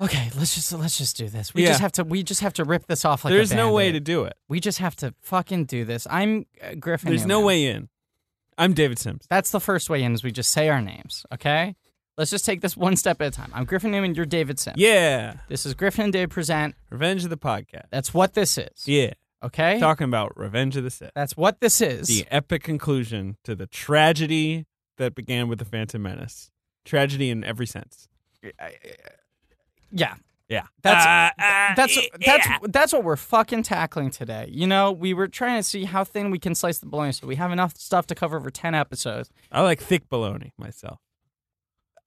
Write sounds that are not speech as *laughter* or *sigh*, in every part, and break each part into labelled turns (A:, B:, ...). A: okay, let's just let's just do this. We
B: Yeah.
A: just have to we just have to rip this off like
B: There's
A: a
B: no way to
A: Band-Aid.
B: do it.
A: We just have to fucking do this. I'm uh, Griffin.
B: There's no
A: Newman.
B: way in. I'm David Sims.
A: That's the first way in is we just say our names, okay? Let's just take this one step at a time. I'm Griffin Newman, you're David Sims.
B: Yeah.
A: This is Griffin and Dave present.
B: Revenge of the Podcast.
A: That's what this is.
B: Yeah.
A: Okay?
B: Talking about Revenge of the Sith.
A: That's what this is.
B: The epic conclusion to the tragedy that began with the Phantom Menace. Tragedy in every sense.
A: Yeah.
B: Yeah.
A: That's
B: Uh, uh,
A: that's
B: eh,
A: that's
B: yeah.
A: that's what we're fucking tackling today. You know, we were trying to see how thin we can slice the bologna, so we have enough stuff to cover for ten episodes.
B: I like thick bologna myself.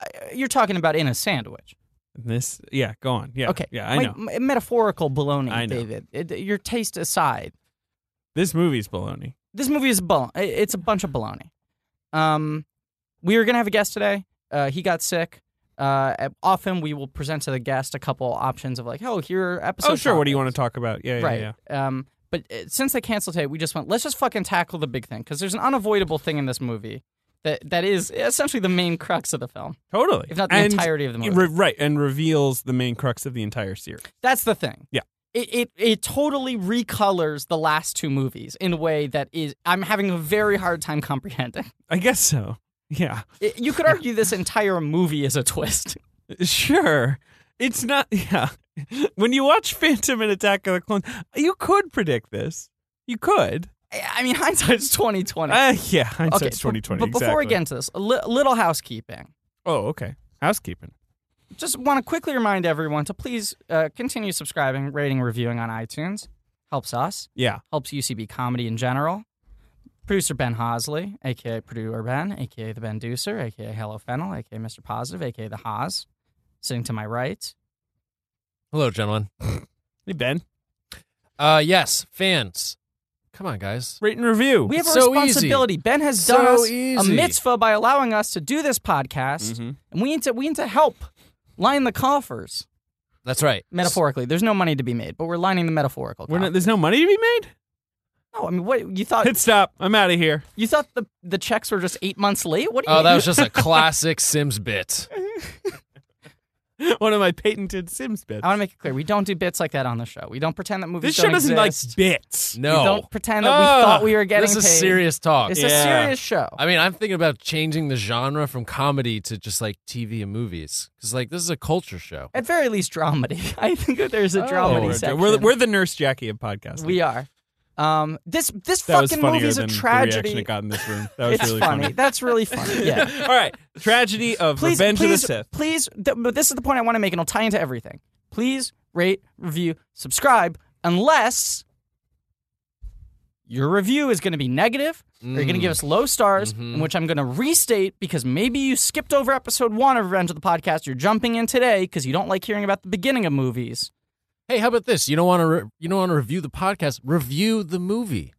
A: Uh, You're talking about in a sandwich,
B: This yeah, go on. Yeah.
A: okay?
B: Yeah, I
A: My-
B: know.
A: my- metaphorical bologna,
B: I know.
A: David. It- your taste aside,
B: This movie's bologna.
A: this movie is bol- It's a bunch of bologna. Um, we were gonna have a guest today. Uh, he got sick. Uh, often we will present to the guest a couple options of like, oh, here are episodes.
B: oh sure, what do you want to talk about? Yeah, yeah,
A: right.
B: yeah.
A: Um, but uh, since they canceled it, we just went. Let's just fucking tackle the big thing because there's an unavoidable thing in this movie that that is essentially the main crux of the film,
B: Totally.
A: if not the
B: And-
A: entirety of the movie.
B: Re- right, and reveals the main crux of the entire series.
A: That's the thing.
B: Yeah.
A: It, it it totally recolors the last two movies in a way that is I'm having a very hard time comprehending.
B: I guess so. Yeah.
A: It- you could argue this entire movie is a twist.
B: Sure. It's not *laughs* yeah. When you watch Phantom and Attack of the Clones, you could predict this. You could.
A: I I mean, hindsight's twenty twenty.
B: Uh, yeah, hindsight's
A: but-
B: twenty twenty.
A: But before we
B: exactly.
A: get into this, a li- little housekeeping.
B: Oh, okay. Housekeeping.
A: just want to quickly remind everyone to please uh, continue subscribing, rating, reviewing on iTunes. Helps us,
B: Yeah.
A: helps UCB comedy in general. Producer Ben Hosley, aka Purdue or Ben, aka the Ben Deucer, aka Hello Fennel, aka Mr. Positive, aka the Haas, sitting to my right.
C: Hello, gentlemen.
B: Hey Ben.
C: Uh, yes, fans. Come on, guys.
B: Rate and review.
A: We have a
C: So easy.
A: responsibility. Ben has done
C: So
A: us
C: easy. Mm-hmm.
A: a mitzvah by allowing us to do this podcast,
B: Mhm.
A: and we need to we need to help line the coffers
C: That's right.
A: metaphorically. There's no money to be made, but we're lining the metaphorical.
B: We're not,
A: coffers.
B: there's no money to be made?
A: no, I mean, what you
C: *laughs*
A: thought?
B: Hit stop. I'm out of here. *laughs*
A: You thought the the checks were just eight months late? What do you
C: Oh, that
A: mean?
C: was just a classic Sims bit.
B: One of my patented Sims bits.
A: I want to make it clear. We don't do bits like that on the show. We don't pretend that movies
B: this show
A: don't
B: doesn't like
A: exist.
B: bits.
C: No, Ah,
A: We don't pretend that we
B: Ugh,
A: thought we were getting
C: this is
A: paid.
C: serious talk.
A: It's a
B: Oh, Yeah.
A: serious show.
C: I mean, I'm thinking about changing the genre from comedy to just like TV and movies because, like, this is a culture show.
A: At very least, dramedy. *laughs* I think that there's a
C: Oh.
A: dramedy
B: we're,
A: section.
B: we're, we're the nurse Jackie of podcasting.
A: We are. Um, this this
B: that was
A: fucking
B: funnier
A: movie is a
B: than the reaction
A: tragedy.
B: it got in this room.
A: *laughs*
B: That was
A: it's
B: really
A: funny.
B: funny.
A: That's really
B: *laughs*
A: funny. Yeah.
B: All right, tragedy of
A: please,
B: Revenge
A: please,
B: of the Sith.
A: Please, th- but this is the point I want to make, and it'll tie into everything. Please rate, review, subscribe, unless your review is going to be negative, or you're going to
B: Mm.
A: give us low stars, in
B: Mm-hmm.
A: which I'm going to restate because maybe you skipped over episode one of Revenge of the Podcast. You're jumping in today because you don't like hearing about the beginning of movies.
C: Hey, how about this? You don't want to re- you don't want to review the podcast. Review the movie,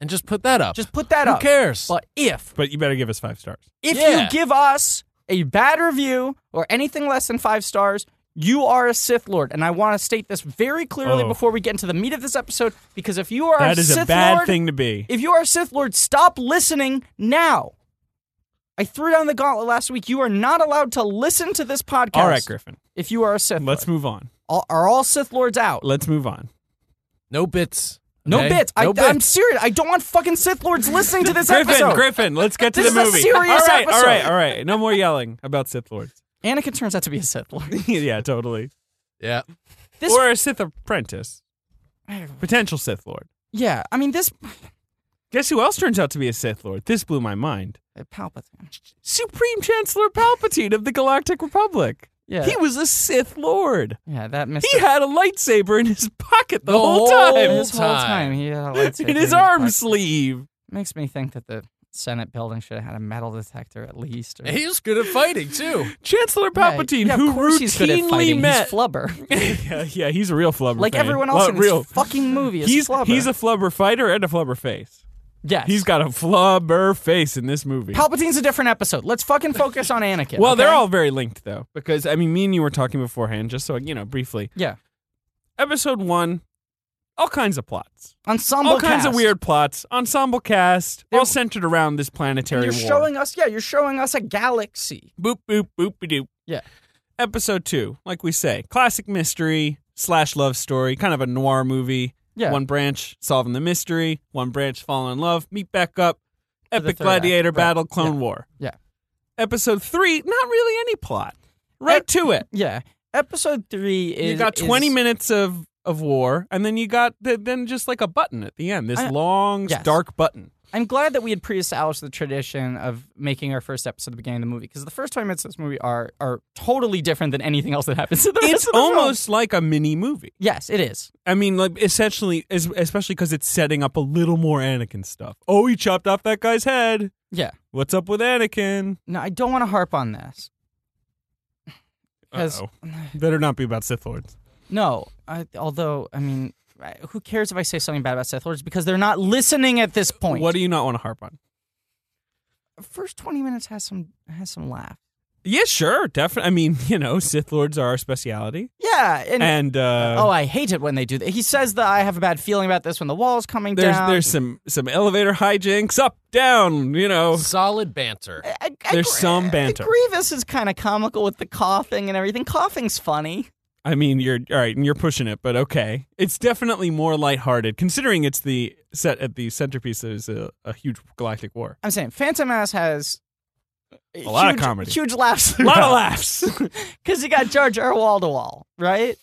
C: and just put that up.
A: Just put that
C: who
A: up.
C: cares?
A: But if
B: But you better give us five stars.
A: if you
C: Yeah.
A: give us a bad review or anything less than five stars, you are a Sith Lord. And I want to state this very clearly
B: Oh.
A: before we get into the meat of this episode, because if you are
B: That
A: a
B: is
A: Sith
B: a bad
A: Lord,
B: thing to be.
A: if you are a Sith Lord, stop listening now. I threw down the gauntlet last week. You are not allowed to listen to this podcast.
B: All right, Griffin.
A: If you are a Sith
B: Let's
A: Lord,
B: move on.
A: All- are all Sith Lords out?
B: Let's move on.
C: no bits.
A: No
C: okay?
A: bits.
C: No
A: I, I'm serious. I don't want fucking Sith Lords listening to this
B: Griffin,
A: episode.
B: Griffin, let's get to
A: This
B: the
A: is a
B: movie.
A: serious
B: all right, all right,
A: episode.
B: all right. No more yelling about Sith lords. *laughs*
A: Anakin turns out to be a Sith Lord. *laughs*
B: yeah, totally.
C: yeah.
A: This
B: or a Sith apprentice, potential Sith lord.
A: yeah. I mean this *sighs*
B: Guess who else turns out to be a Sith lord? This blew my mind.
A: Palpatine.
B: Supreme Chancellor Palpatine of the Galactic Republic.
A: Yeah.
B: He was a Sith lord.
A: Yeah, that
B: He
A: Mr.
B: had a lightsaber in his pocket the,
C: The
B: whole,
C: whole
B: time.
A: this whole time he
B: *laughs*
A: had a lightsaber
B: in his arm sleeve.
A: Makes me think that the Senate building should have had a metal detector at least. Or,
C: He was good at fighting
A: *laughs*
C: too.
B: Chancellor Palpatine,
A: yeah,
B: who
A: of course
B: routinely
A: he's good at fighting.
B: met.
A: He's
B: *laughs*
A: flubber,
B: yeah, yeah, he's a real flubber.
A: like
B: fan.
A: everyone else
B: Lo-
A: in this
B: real.
A: fucking movie. Is
B: he's
A: flubber.
B: he's a flubber fighter and a flubber face.
A: yes.
B: He's got a flubber face in this movie.
A: Palpatine's a different episode. Let's fucking focus on Anakin.
B: well,
A: okay?
B: they're all very linked though, because I mean, me and you were talking beforehand, just so you know, briefly.
A: yeah
B: Episode one, all kinds of plots,
A: ensemble.
B: all kinds of
A: cast.
B: weird plots, ensemble cast,
A: They're-
B: all centered around this planetary
A: You're
B: war.
A: showing us, yeah, you're showing us a galaxy.
B: boop boop boop doop.
A: Yeah.
B: episode two, like we say, classic mystery slash love story, kind of a noir movie.
A: Yeah.
B: One branch solving the mystery, one branch falling in love, meet back up,
A: For the
B: epic
A: third
B: gladiator
A: act. Right.
B: battle, Clone War.
A: Yeah.
B: Episode three, not really any plot. Right
A: Ep-
B: to it.
A: Yeah. Episode three is
B: you got 20
A: is-
B: minutes of of war, and then you got th- then just like a button at the end, this
A: I-
B: long
A: Yes.
B: dark button.
A: I'm glad that we had pre-established the tradition of making our first episode at the beginning of the movie because the first 20 minutes of this movie are are totally different than anything else that happens. in the rest
B: It's
A: of the film.
B: almost like a mini movie.
A: yes, it is.
B: I mean, like essentially, es- especially because it's setting up a little more Anakin stuff. Oh, he chopped off that guy's head.
A: Yeah.
B: What's up with Anakin?
A: No, I don't want to harp on this. 'Cause- *sighs*
B: Uh-oh. Better not be about Sith lords.
A: No, I, although I mean, I- who cares if I say something bad about Sith Lords because they're not listening at this point.
B: What do you not want to harp on?
A: first 20 minutes has some has some laugh.
B: Yeah, sure, definitely. I mean, *laughs* you know, Sith lords are our speciality,
A: Yeah, and,
B: and uh,
A: oh, I hate it when they do that. He says that I have a bad feeling about this when the wall's coming
B: there's
A: down.
B: there's some some elevator hijinks, up down. You know,
C: Solid banter.
A: I- I- I
B: There's
A: gr- uh,
B: some banter.
A: Grievous is kind of comical with the coughing and everything. Coughing's funny.
B: I mean, you're all right, and you're pushing it, but okay. It's definitely more lighthearted, considering it's the set at the centerpiece that is a, a huge galactic war.
A: I'm saying Phantom Ass has a
B: lot of comedy.
A: huge laughs,
B: *laughs* A lot of laughs.
A: because you got Jar Jar wall to wall, right?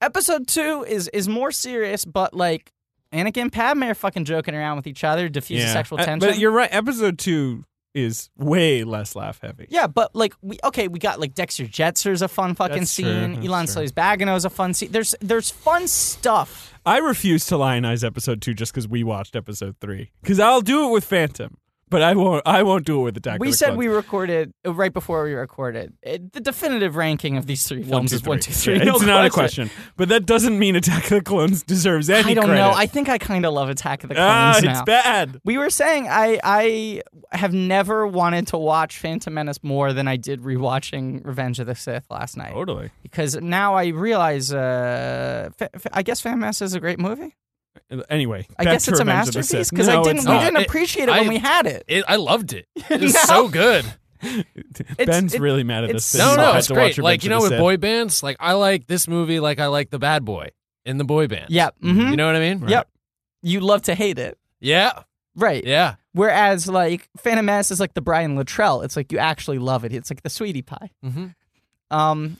A: Episode two is is more serious, but like Anakin and Padme are fucking joking around with each other, diffuses sexual
B: Uh,
A: tension.
B: but you're right. Episode two is way less laugh heavy.
A: yeah, but like we okay, we got like Dexter Jetzer's a fun fucking
B: That's true,
A: scene.
B: that's
A: Elon
B: true.
A: Slays Bagano's a fun scene. There's there's fun stuff.
B: I refuse to lionize episode two just because we watched episode three. Because I'll do it with Phantom, but I won't. I won't do it with Attack.
A: we
B: of the
A: said
B: Clones.
A: we recorded uh, right before we recorded. It, the definitive ranking of these three films
B: One, two,
A: is
B: three.
A: one, two, three.
B: Yeah,
A: no
B: it's not a question, but that doesn't mean Attack of the Clones deserves any.
A: I don't
B: credit.
A: know. I think I kind of love Attack of the Clones
B: ah,
A: now.
B: it's bad.
A: We were saying I I have never wanted to watch Phantom Menace more than I did rewatching Revenge of the Sith last night
B: Totally.
A: because now I realize uh, fa- fa- I guess Phantom Menace is a great movie.
B: Anyway,
A: I
B: back
A: guess
B: to
A: it's a
B: Revenge of the
A: masterpiece
B: Sith.
A: because I
B: No,
A: didn't
B: it's
A: we
C: not.
A: didn't
C: It-
A: appreciate it when
C: I-
A: we had it.
C: It, I loved it.
A: *laughs*
C: It was
A: No.
C: so good.
B: *laughs* Ben's
A: it-
B: really mad at
A: it's
B: this.
A: so
C: No,
B: thing.
C: no,
B: Had
C: it's
B: to watch
C: great. Like
B: Revenge of
C: you know,
B: the
C: with
B: Sith.
C: boy bands, like I like this movie, like I like the bad boy in the boy band.
A: Yeah. hmm
B: Mm-hmm.
C: you know what I mean.
A: Yep. You love to hate it.
C: Yeah,
A: Right.
C: yeah.
A: Whereas like Phantom Menace is like the Brian Luttrell. It's like you actually love it. It's like the sweetie pie.
C: Mm-hmm.
A: Um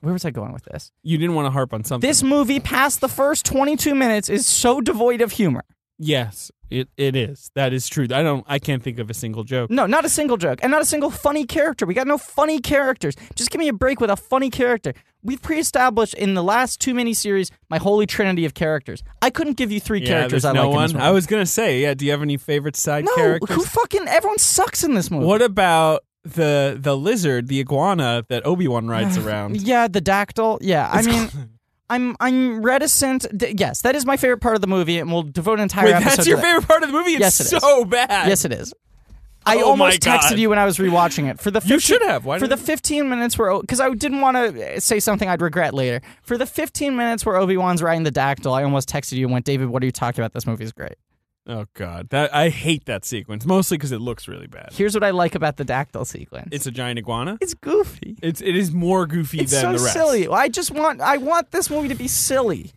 A: where was I going with this?
B: you didn't want to harp on something.
A: This movie past the first 22 minutes is so devoid of humor.
B: yes, it it is. That is true. I don't. I can't think of a single joke.
A: No, not a single joke and not a single funny character. We got no funny characters. Just give me a break with a funny character. We've pre-established in the last two miniseries my holy trinity of characters. I couldn't give you three
B: Yeah,
A: characters
B: there's
A: I
B: no
A: like in
B: one.
A: this movie.
B: I was gonna say, yeah. Do you have any favorite side
A: no,
B: characters?
A: who fucking everyone sucks in this movie.
B: What about the the lizard, the iguana that Obi
A: *sighs*
B: Wan rides around?
A: Yeah, the dactyl. Yeah, I mean,
B: *laughs*
A: I'm I'm reticent. D- yes, that is my favorite part of the movie, and we'll devote an entire
B: Wait,
A: episode.
B: that's
A: to
B: your
A: that.
B: favorite part of the movie. It's
A: Yes, it is.
B: so bad.
A: Yes, it is. I
B: Oh my
A: almost texted
B: God.
A: you when I was rewatching it for the 15,
B: *laughs* You should have. Why
A: for the
B: didn't
A: 15 minutes where because I didn't want to say something I'd regret later. For the 15 minutes where Obi Wan's riding the dactyl, I almost texted you and went, David, what are you talking about? This movie is great.
B: you- Oh god, that I hate that sequence mostly because it looks really bad.
A: Here's what I like about the dactyl sequence.
B: It's a giant iguana.
A: it's goofy.
B: It's it is more goofy
A: It's
B: than
A: so
B: the rest.
A: silly. I just want I want this movie to be silly.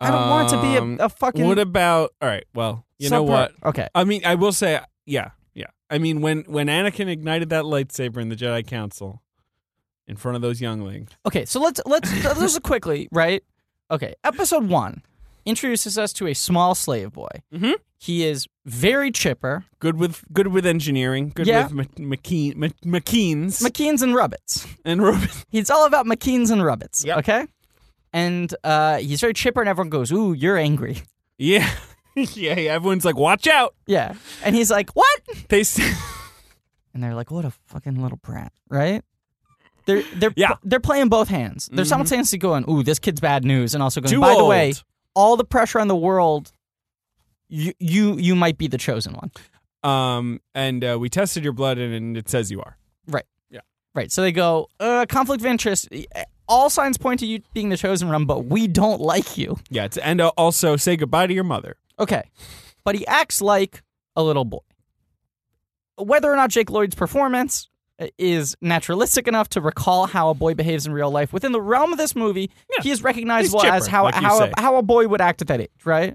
A: I don't want it to
B: Um,
A: be a, a fucking.
B: What about? All right. Well, you know
A: subpar-
B: what?
A: Okay.
B: I mean, I will say, yeah, yeah. I mean, when when Anakin ignited that lightsaber in the Jedi Council, in front of those younglings,
A: Okay, so let's let's let's just *laughs* quickly, right? Okay, episode one introduces us to a small slave boy.
B: Mhm.
A: He is very chipper,
B: good with good with engineering, good
A: Yeah.
B: with Ma- McKean, Ma- McKeans
A: McKeans and Rubbits.
B: and Robin. *laughs*
A: He's all about McKeans and Rubbits.
B: Yep.
A: Okay, and uh, he's very chipper, and everyone goes, "Ooh, you're angry." *laughs*
B: Yeah. *laughs* yeah, yeah, everyone's like, watch out.
A: Yeah, and he's like, "What?"
B: They s-
A: And they're like, "What a fucking little brat," right? They're they're
B: Yeah.
A: they're playing both hands. They're
B: Mhm.
A: simultaneously going, "Ooh, this kid's bad news," and also going,
B: Too
A: "By the
B: old.
A: way, all the pressure on the world." You, you you might be the chosen one.
B: *laughs* Um, and uh, we tested your blood, and, and it says you are.
A: Right. So they go, uh, conflict of interest. eh, All signs point to you being the chosen one, but we don't like you.
B: Yeah, it's, and uh, also say goodbye to your mother.
A: Okay. But he acts like a little boy. Whether or not Jake Lloyd's performance uh, is naturalistic enough to recall how a boy behaves in real life. Within the realm of this movie, he is recognizable
B: He's
A: as
B: chipper,
A: how
B: like you
A: how
B: say.
A: a, how a boy would act at that age, right?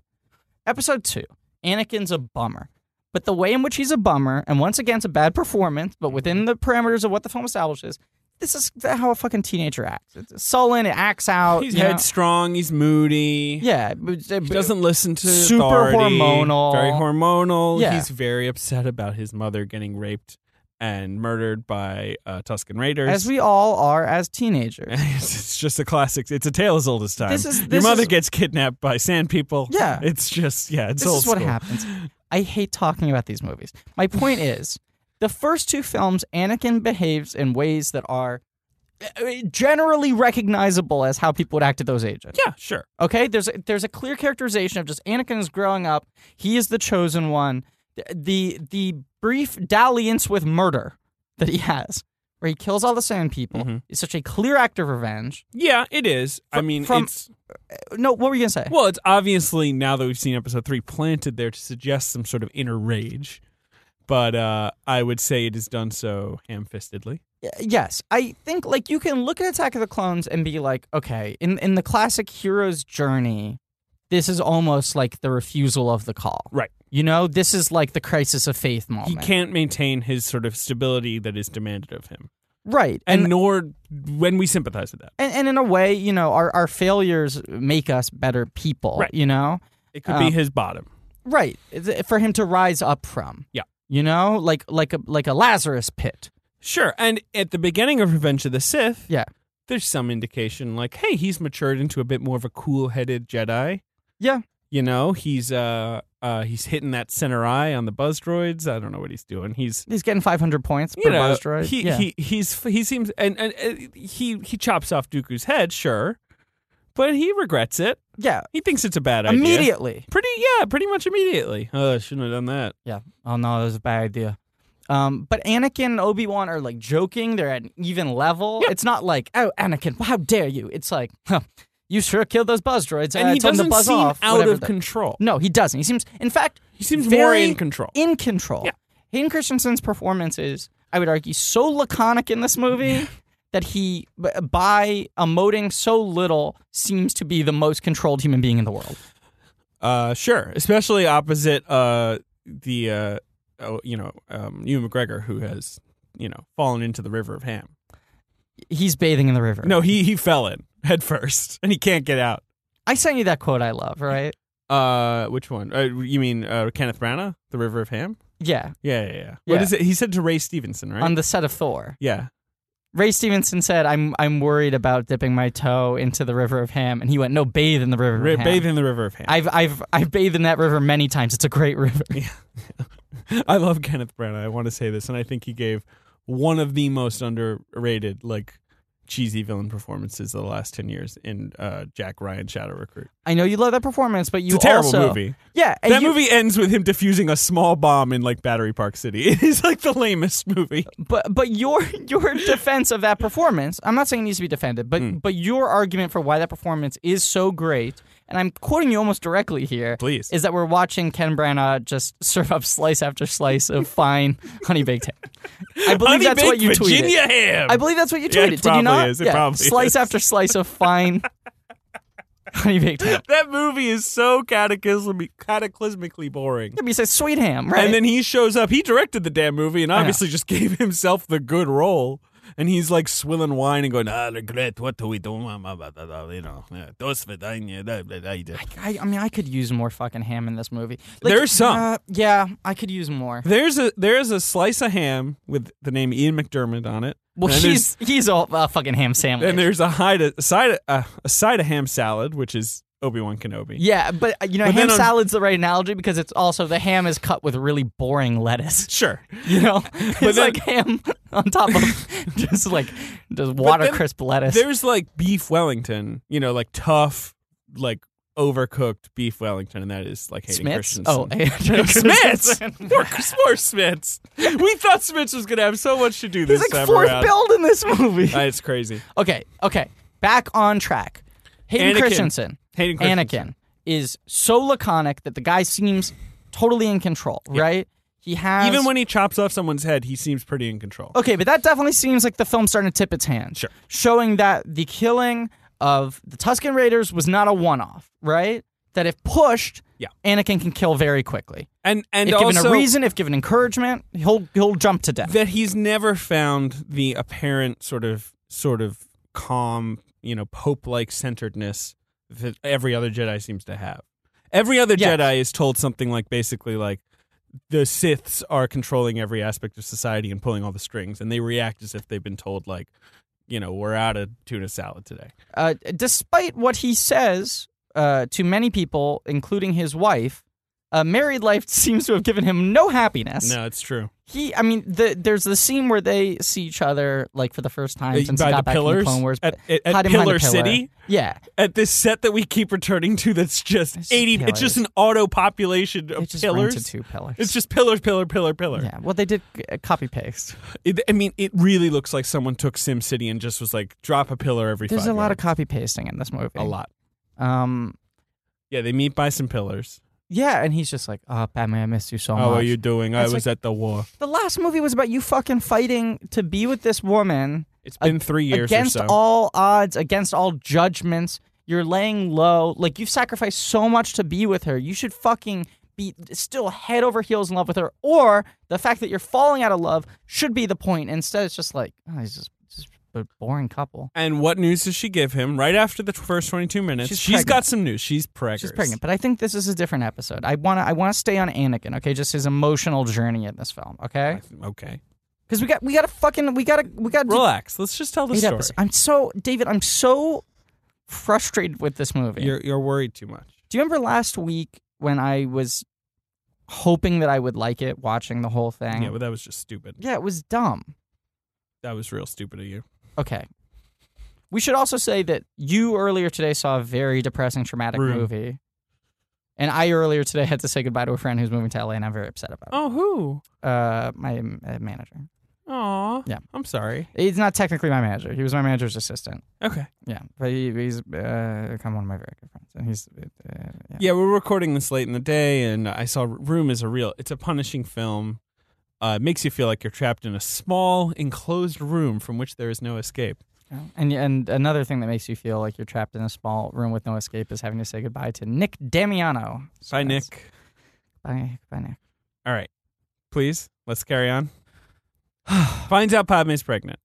A: Episode two, Anakin's a bummer, but the way in which he's a bummer, and once again, it's a bad performance, but within
B: Mm-hmm.
A: the parameters of what the film establishes, this is how a fucking teenager acts. It's sullen, it acts out.
B: He's
A: you know?
B: headstrong. He's moody.
A: Oh, Yeah, but,
B: He doesn't listen to
A: Super
B: authority,
A: hormonal.
B: Very hormonal.
A: Yeah.
B: He's very upset about his mother getting raped and murdered by uh, Tuscan Raiders.
A: as we all are as teenagers.
B: *laughs* it's just a classic. It's a tale as old as time.
A: This is-
B: Your
A: this
B: mother
A: is-
B: gets kidnapped by sand people.
A: Yeah.
B: It's just yeah. It's
A: this
B: old
A: is what
B: school.
A: happens. I hate talking about these movies. My
B: *laughs*
A: point is, the first two films, Anakin behaves in ways that are uh, generally recognizable as how people would act at those ages.
B: Yeah, sure.
A: Okay, there's a, there's a clear characterization of just Anakin is growing up. He is the chosen one. The- The the brief dalliance with murder that he has, where he kills all the sand people,
B: Mhm.
A: is such a clear act of revenge.
B: Yeah, it is. I mean,
A: from-
B: it's
A: No, what were you gonna say?
B: well, it's obviously now that we've seen episode three planted there to suggest some sort of inner rage, but uh, I would say it is done so ham-fistedly.
A: Y- yes i think like you can look at attack of the clones and be like okay in in the classic hero's journey this is almost like the refusal of the call
B: Right.
A: you know this is like the crisis of faith moment
B: He can't maintain his sort of stability that is demanded of him,
A: right and
B: and,
A: and,
B: nor when we sympathize with that,
A: and in a way you know our our failures make us better people
B: Right.
A: you know
B: it could
A: Um,
B: be his bottom.
A: right Th- for him to rise up from
B: Yeah.
A: you know like like a like a lazarus pit
B: Sure. And at the beginning of Revenge of the Sith,
A: Yeah.
B: there's some indication like, hey, he's matured into a bit more of a cool-headed Jedi.
A: Yeah.
B: You know, he's uh, uh he's hitting that center eye on the buzz droids. I don't know what he's doing. He's
A: he's getting 500 points
B: you
A: per
B: know,
A: buzz droid
B: he
A: yeah.
B: he he's he seems and, and uh, he he chops off Dooku's head, sure, but he regrets it.
A: yeah
B: He thinks it's a bad idea.
A: immediately
B: Pretty yeah, pretty much immediately. Oh, I shouldn't have done that.
A: Yeah. Oh no, that was a bad idea. Um, but Anakin and Obi Wan are like joking. They're at an even level. It's not like, oh, Anakin, how dare you? It's like, huh, you sure killed those buzz droids.
B: And
A: uh,
B: he
A: tell them
B: doesn't
A: to buzz
B: seem
A: off.
B: out
A: whatever
B: of
A: the-
B: control.
A: No, he doesn't. He seems, in fact,
B: He seems more
A: very
B: in control.
A: in control.
B: Yeah.
A: Hayden Christensen's performance is, I would argue, so laconic in this movie that he, b- by emoting so little, seems to be the most controlled human being in the world.
B: Uh, sure, especially opposite uh the uh oh, you know um Ewan McGregor who has you know fallen into the river of ham.
A: He's bathing in the river.
B: No, he he fell in head first *laughs* and he can't get out.
A: I sent you that quote I love, right?
B: Uh, which one? Uh, you mean uh, Kenneth Branagh, the River of Ham?
A: Yeah,
B: Yeah, yeah, yeah. What
A: Yeah.
B: is it? He said to Ray Stevenson, right?
A: on the set of Thor.
B: yeah.
A: Ray Stevenson said, "I'm I'm worried about dipping my toe into the river of ham," and he went, "No, bathe in the river
B: Ra-
A: of ham."
B: bathe in the River of Ham. *laughs* I,
A: I've I've I've bathed in that river many times. It's a great river.
B: love Kenneth Branagh. I want to say this, and I think he gave one of the most underrated, like, cheesy villain performances of the last ten years in uh, Jack Ryan Shadow Recruit.
A: I know you love that performance, but you
B: It's a terrible
A: also
B: movie.
A: yeah and
B: That
A: you-
B: movie ends with him defusing a small bomb in like Battery Park City. *laughs* It is like the lamest movie.
A: but but your *laughs* your defense of that performance. I'm not saying it needs to be defended, but
B: Mm.
A: but your argument for why that performance is so great, and I'm quoting you almost directly here.
B: Please.
A: Is that we're watching Ken Branagh just *laughs* serve up slice after slice of fine *laughs* honey baked ham. I believe
B: Honey
A: that's
B: baked
A: what you tweeted.
B: Virginia ham.
A: I believe that's what you tweeted. Did you
B: Um, Yeah, it probably
A: not?
B: is. It
A: Yeah.
B: probably
A: slice
B: is.
A: after slice of
B: *laughs*
A: fine honey baked ham.
B: that movie is so cataclysmic, cataclysmically boring.
A: Yeah, but you said sweet ham, right?
B: And then he shows up. He directed the damn movie and obviously just *laughs* gave himself the good role. And he's like swilling wine and going, I regret what we do. You know, yeah, those vidanya, da, da, da, da."
A: I, I mean, I could use more fucking ham in this movie. Like,
B: There's some.
A: uh, yeah, I could use more.
B: There's a there's a slice of ham with the name Ian McDermott on it.
A: Well,
B: and there's-
A: he's he's a uh, fucking ham sandwich.
B: and there's a hide a side of, uh, a side of ham salad, which is Obi Wan Kenobi.
A: yeah, but uh, you know,
B: But
A: ham
B: then on-
A: salad's the right analogy because it's also the ham is cut with really boring lettuce. *laughs*
B: Sure,
A: You
B: *laughs*
A: know, it's
B: then-
A: like ham on top of *laughs* just like just water
B: then
A: crisp lettuce.
B: there's like beef Wellington, you know, like tough, like overcooked beef Wellington, and that is like Hayden
A: Smiths.
B: Christensen. *laughs*
A: Oh, *laughs*
B: Smiths, more, more Smiths. We thought Smiths was gonna have so much to do this
A: He's like
B: time
A: fourth
B: around.
A: build in this movie.
B: Uh, it's crazy.
A: Okay, okay. Back on track. Hayden
B: Anakin.
A: Christensen.
B: Hayden Christensen.
A: Anakin is so laconic that the guy seems totally in control, right? He has
B: Even when he chops off someone's head, he seems pretty in control.
A: Okay, but that definitely seems like the film's starting to tip its hand.
B: Sure.
A: Showing that the killing of the Tuscan Raiders was not a one off, right? That if pushed,
B: Yeah.
A: Anakin can kill very quickly.
B: And and
A: if given
B: also
A: a reason, if given encouragement, he'll he'll jump to death.
B: that he's never found the apparent sort of sort of calm, you know, pope-like centeredness that every other Jedi seems to have. Every other
A: Yes.
B: Jedi is told something like basically like the Siths are controlling every aspect of society and pulling all the strings, and they react as if they've been told like, you know, we're out of tuna salad today.
A: uh, despite what he says uh, to many people, including his wife, uh, married life *laughs* seems to have given him no happiness.
B: No, it's true.
A: He, I mean, the, there's the scene where they see each other like for the first time since
B: By
A: he
B: the
A: got back from the
B: pillars
A: Clone Wars.
B: at, at,
A: hide
B: at
A: him behind
B: Pillar
A: the pillar.
B: City.
A: yeah,
B: at this set that we keep returning to that's just
A: It's just
B: 80 it's
A: pillars.
B: just an auto population
A: they
B: of
A: just rented
B: pillars
A: two pillars.
B: it's just pillar pillar pillar pillar
A: Yeah, well, they did uh, copy paste.
B: *laughs* It- i mean it really looks like someone took sim city and just was like drop a pillar every
A: There's
B: five
A: a lot of
B: yards.
A: copy pasting in this movie.
B: a lot
A: Um,
B: yeah they meet by some pillars
A: yeah, and he's just like, "Oh, Batman, I missed you so
B: how
A: much."
B: are you doing
A: That's
B: i was at the war
A: The last movie was about you fucking fighting to be with this woman
B: it's been three years
A: against
B: or so
A: all odds, against all judgments. You're laying low. Like you've sacrificed so much to be with her. You should fucking be still head over heels in love with her. Or the fact that you're falling out of love should be the point. Instead, it's just like, oh, he's just, just a boring couple.
B: and what news does she give him right after the first 22 minutes
A: She's
B: she's
A: pregnant.
B: got some news she's pregnant
A: She's pregnant, but I think this is a different episode. I wanna I wanna stay on Anakin, okay? Just his emotional journey in this film, okay?
B: okay
A: Because we got we got to fucking we got to we got to
B: relax let's just tell the
A: eight
B: story
A: episodes. I'm so David, I'm so frustrated with this movie.
B: you're, you're worried too much
A: Do you remember last week when I was hoping that I would like it, watching the whole thing?
B: yeah but that was just stupid
A: yeah, it was dumb.
B: that was real stupid of you
A: Okay. We should also say that you earlier today saw a very depressing, traumatic
B: Room.
A: movie. And I earlier today had to say goodbye to a friend who's moving to LA, and I'm very upset about it.
B: oh who
A: Uh, my uh, manager.
B: Aw.
A: Yeah.
B: I'm sorry.
A: He's not technically my manager. He was my manager's assistant.
B: Okay.
A: Yeah, but he, he's uh, become one of my very good friends, and he's uh, yeah.
B: Yeah, we're recording this late in the day, and I saw Room is a real. It's a punishing film. Uh, it makes you feel like you're trapped in a small enclosed room from which there is no escape.
A: And and another thing that makes you feel like you're trapped in a small room with no escape is having to say goodbye to Nick Damiano.
B: Bye,
A: That's-
B: Nick.
A: Bye, bye, Nick.
B: All right, please let's carry on. *sighs* Finds out Padme's pregnant.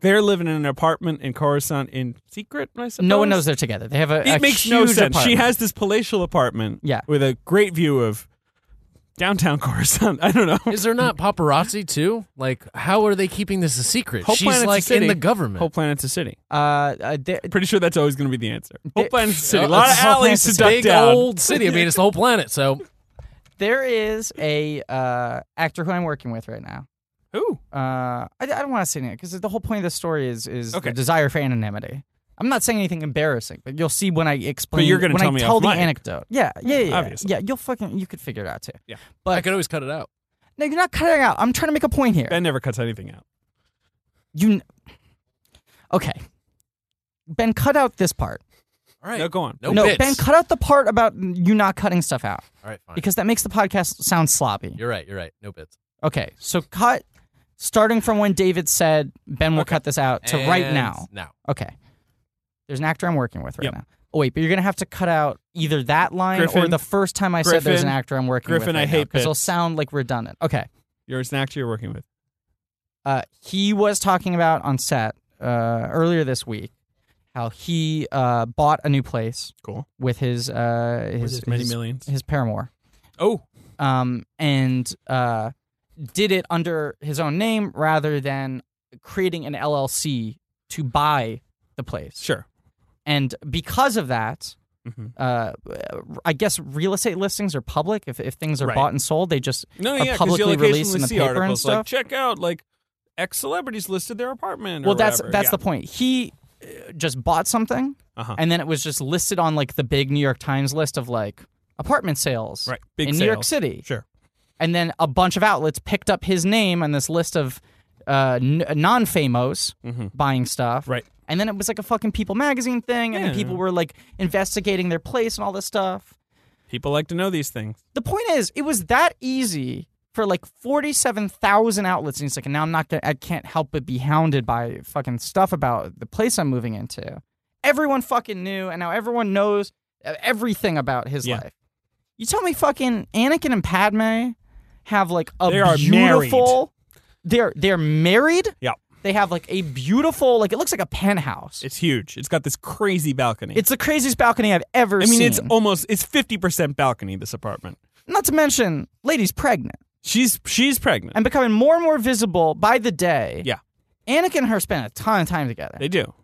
B: They're living in an apartment in Coruscant in secret. I
A: No one knows
B: suppose?
A: they're together. They have a. a
B: It makes
A: huge
B: no sense. She
A: apartment.
B: has this palatial apartment
A: Yeah.
B: with a great view of downtown *laughs* Coruscant. I don't know.
C: Is there not paparazzi too? Like, how are they keeping this a secret?
B: Whole
C: She's
B: planet's a
C: like
B: city.
C: in the government.
B: Whole planet's a city.
A: Uh, uh, there-
B: Pretty sure that's always going to be the answer. Whole
A: Di- *laughs*
B: planet's a city. A
C: Uh,
B: lot of
C: it's-
B: alleys to
C: it's
B: duck
C: big
B: down.
C: old city. I mean, it's the whole
A: *laughs*
C: planet. So
A: there is a uh, actor who I'm working with right now.
B: Ooh.
A: Uh, I, I don't want to say it because the whole point of the story is is
B: Okay.
A: the desire for anonymity. I'm not saying anything embarrassing, but you'll see when I explain.
B: you're gonna
A: when
B: tell
A: I
B: me
A: tell
B: off
A: the
B: mic.
A: anecdote. Yeah, yeah, yeah, yeah.
B: Obviously.
A: Yeah, you'll fucking you could figure it out too.
C: I could always cut it out.
A: No, you're not cutting out. I'm trying to make a point here.
B: Ben never cuts anything out.
A: You. Kn- okay. Ben, cut out this part.
C: All right.
B: No, go on.
C: No,
A: no,
C: bits.
A: Ben, cut out the part about you not cutting stuff out
C: All right, fine.
A: because that makes the podcast sound sloppy.
C: you're right. You're right. No bits.
A: Okay, so cut starting from when David said Ben will
B: Okay.
A: cut this out to right
C: And
A: now.
C: Now.
A: Okay. There's an actor I'm working with right
B: Yep.
A: now. Oh, wait, but you're gonna have to cut out either that line or
B: Griffin.
A: the first time I said there's
B: Griffin.
A: an actor I'm working with.
B: Griffin, I
A: right
B: hate
A: because it'll
B: bits.
A: sound like redundant. Okay.
B: You're a snack you're working with.
A: uh, he was talking about on set uh, earlier this week how he uh, bought a new place
B: Cool.
A: with his uh, his
B: His many
A: his,
B: millions.
A: his paramour,
B: Oh,
A: um, and uh, did it under his own name rather than creating an LLC to buy the place.
B: sure.
A: And because of that,
B: Mhm.
A: uh, I guess real estate listings are public. If if things are
B: Right.
A: bought and sold, they just
B: No,
A: Are
B: yeah, because
A: publicly
B: you'll
A: released in
B: occasionally
A: the
B: see
A: paper and
B: articles like
A: stuff?
B: check out like ex celebrities listed their apartment.
A: well that's that's the point he uh, just bought something
B: Uh-huh.
A: and then it was just listed on like the big new york times list of like apartment sales
B: right big
A: in
B: sales.
A: new york city
B: *laughs* Sure.
A: and then a bunch of outlets picked up his name on this list of uh, n- non-famous
B: Mhm.
A: buying stuff
B: Right.
A: and then it was like a fucking people magazine thing and then
B: Yeah.
A: people were like investigating their place and all this stuff
B: People like to know these things.
A: the point is it was that easy for like 47,000 outlets and he's like now I'm not gonna I can't help but be hounded by fucking stuff about the place I'm moving into. Everyone fucking knew and now everyone knows everything about his
B: Yeah.
A: life. You tell me fucking Anakin and Padme have like a
B: They are
A: beautiful They're they're married?
B: Yeah.
A: They have like a beautiful like it looks like a penthouse.
B: It's huge. It's got this crazy balcony.
A: It's the craziest balcony I've ever
B: I
A: seen.
B: mean, it's almost it's fifty percent balcony. This apartment.
A: not to mention, lady's pregnant
B: She's she's pregnant.
A: and becoming more and more visible by the day.
B: Yeah.
A: Anakin and her spent a ton of time together.
B: they do.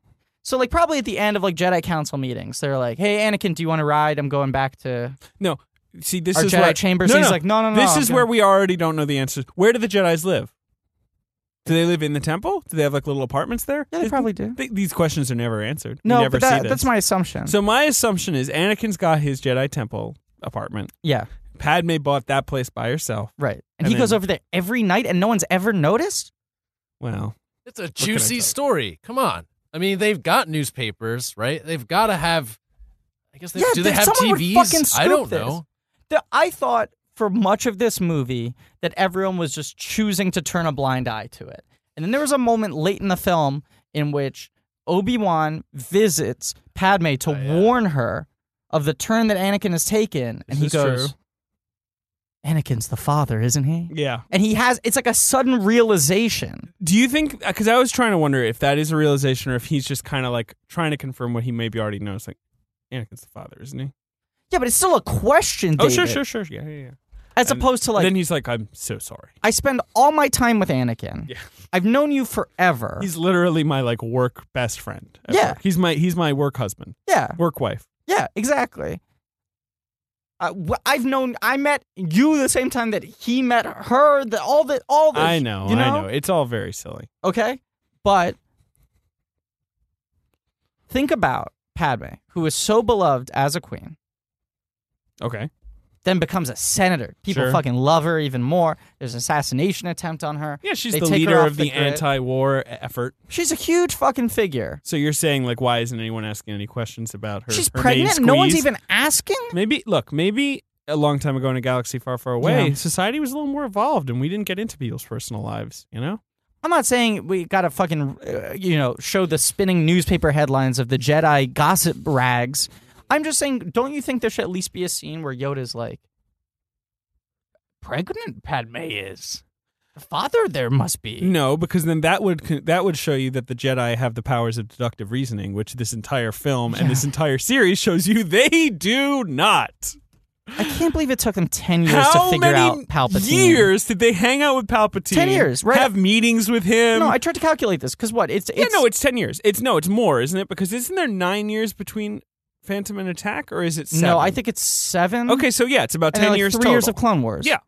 A: so, like, probably at the end of like Jedi Council meetings, they're like, "Hey, Anakin, do you want to ride? I'm going back to."
B: No, see, this
A: Our
B: is
A: Jedi
B: where,
A: chambers,
B: No,
A: he's
B: no.
A: like, no, no, no,
B: This
A: I'm
B: is
A: gonna-
B: where we already don't know the answers. Where do the Jedi's live? Do they live in the temple? Do they have like little apartments there?
A: Yeah, they
B: Th-
A: probably do.
B: th- these questions are never answered. We
A: No,
B: never
A: but that,
B: see this.
A: that's my assumption.
B: So my assumption is Anakin's got his Jedi temple apartment.
A: yeah,
B: Padme bought that place by herself.
A: right. And,
B: And
A: he goes
B: then-
A: over there every night, and no one's ever noticed.
B: Well,
C: It's a
B: can I
C: juicy
B: tell?
C: story. Come on. I mean, they've got newspapers, right? They've got to have. I guess they
A: Yeah,
C: do. They
A: dude,
C: have
A: someone would
C: TVs.
A: fucking
C: I
A: scoop
C: don't
A: this.
C: know.
A: The- I thought for much of this movie that everyone was just choosing to turn a blind eye to it. And then there was a moment late in the film in which Obi-Wan visits Padme to
C: Oh, yeah.
A: warn her of the turn that Anakin has taken and
B: This
A: he
B: is
A: goes
B: true.
A: Anakin's the father, isn't he?
B: yeah.
A: And he has it's like a sudden realization.
B: Do you think? Because I was trying to wonder if that is a realization or if he's just kind of like trying to confirm what he maybe already knows. Like, Anakin's the father, isn't he?
A: Yeah, but it's still a question,
B: Oh,
A: David.
B: sure, sure, sure. Yeah, yeah, yeah.
A: As
B: And
A: opposed to like
B: then he's like, I'm so sorry.
A: I spend all my time with Anakin.
B: Yeah.
A: I've known you forever.
B: He's literally my like work best friend. at
A: Yeah.
B: work. He's my he's my work husband,
A: yeah.
B: work wife.
A: Yeah, exactly. Uh, wh- I've known. I met you the same time that he met her. The, all the all the.
B: I know,
A: You know.
B: I know. It's all very silly.
A: Okay, but think about Padme, who is so beloved as a queen,
B: Okay.
A: then becomes a senator. People
B: Sure.
A: fucking love her even more. There's an assassination attempt on her.
B: Yeah, she's
A: They
B: the
A: take her
B: leader
A: off
B: of
A: the
B: the
A: grid.
B: anti-war e-, effort.
A: She's a huge fucking figure.
B: So you're saying like, why isn't anyone asking any questions about her?
A: She's
B: her main
A: pregnant. No one's
B: squeeze?
A: even asking.
B: Maybe look, maybe a long time ago in a galaxy far, far away,
A: Yeah.
B: society was a little more evolved, and we didn't get into people's personal lives. You know,
A: I'm not saying we gotta fucking uh, you know show the spinning newspaper headlines of the Jedi gossip rags. I'm just saying, don't you think there should at least be a scene where Yoda's like, "Pregnant Padme is the father." There must be.
B: no, because then that would con- that would show you that the Jedi have the powers of deductive reasoning, which this entire film and
A: Yeah.
B: this entire series shows you they do not.
A: I can't believe it took them ten years to
B: How
A: figure
B: many
A: out Palpatine.
B: years did they hang out with Palpatine?
A: 10 years, right?
B: Have meetings with him.
A: No, I tried to calculate this because what it's, it's
B: yeah, no, it's ten years. It's no, it's more, isn't it? Because isn't there nine years between Phantom and Attack, or is it? Seven?
A: no, I think it's seven.
B: Okay, so yeah, it's
A: and
B: about
A: then,
B: ten
A: like,
B: years.
A: three
B: total.
A: years of Clone Wars.
B: Yeah.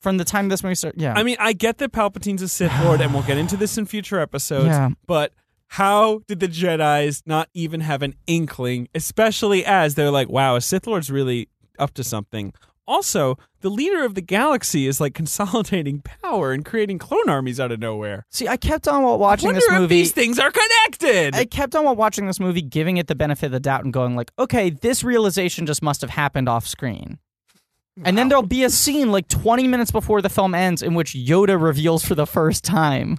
A: from the time this movie started. Yeah,
B: I mean, I get that Palpatine's a Sith Lord, and we'll get into this in future episodes.
A: Yeah.
B: But how did the Jedi's not even have an inkling? Especially as they're like, "Wow, a Sith Lord's really up to something." Also, the leader of the galaxy is like *laughs* consolidating power and creating clone armies out of nowhere.
A: see, I kept on while watching
B: Wonder
A: this
B: if
A: movie.
B: these things are connected.
A: I kept on while watching this movie, giving it the benefit of the doubt and going like, okay, this realization just must have happened off screen. And then there'll be a scene like 20 minutes before the film ends in which Yoda reveals for the first time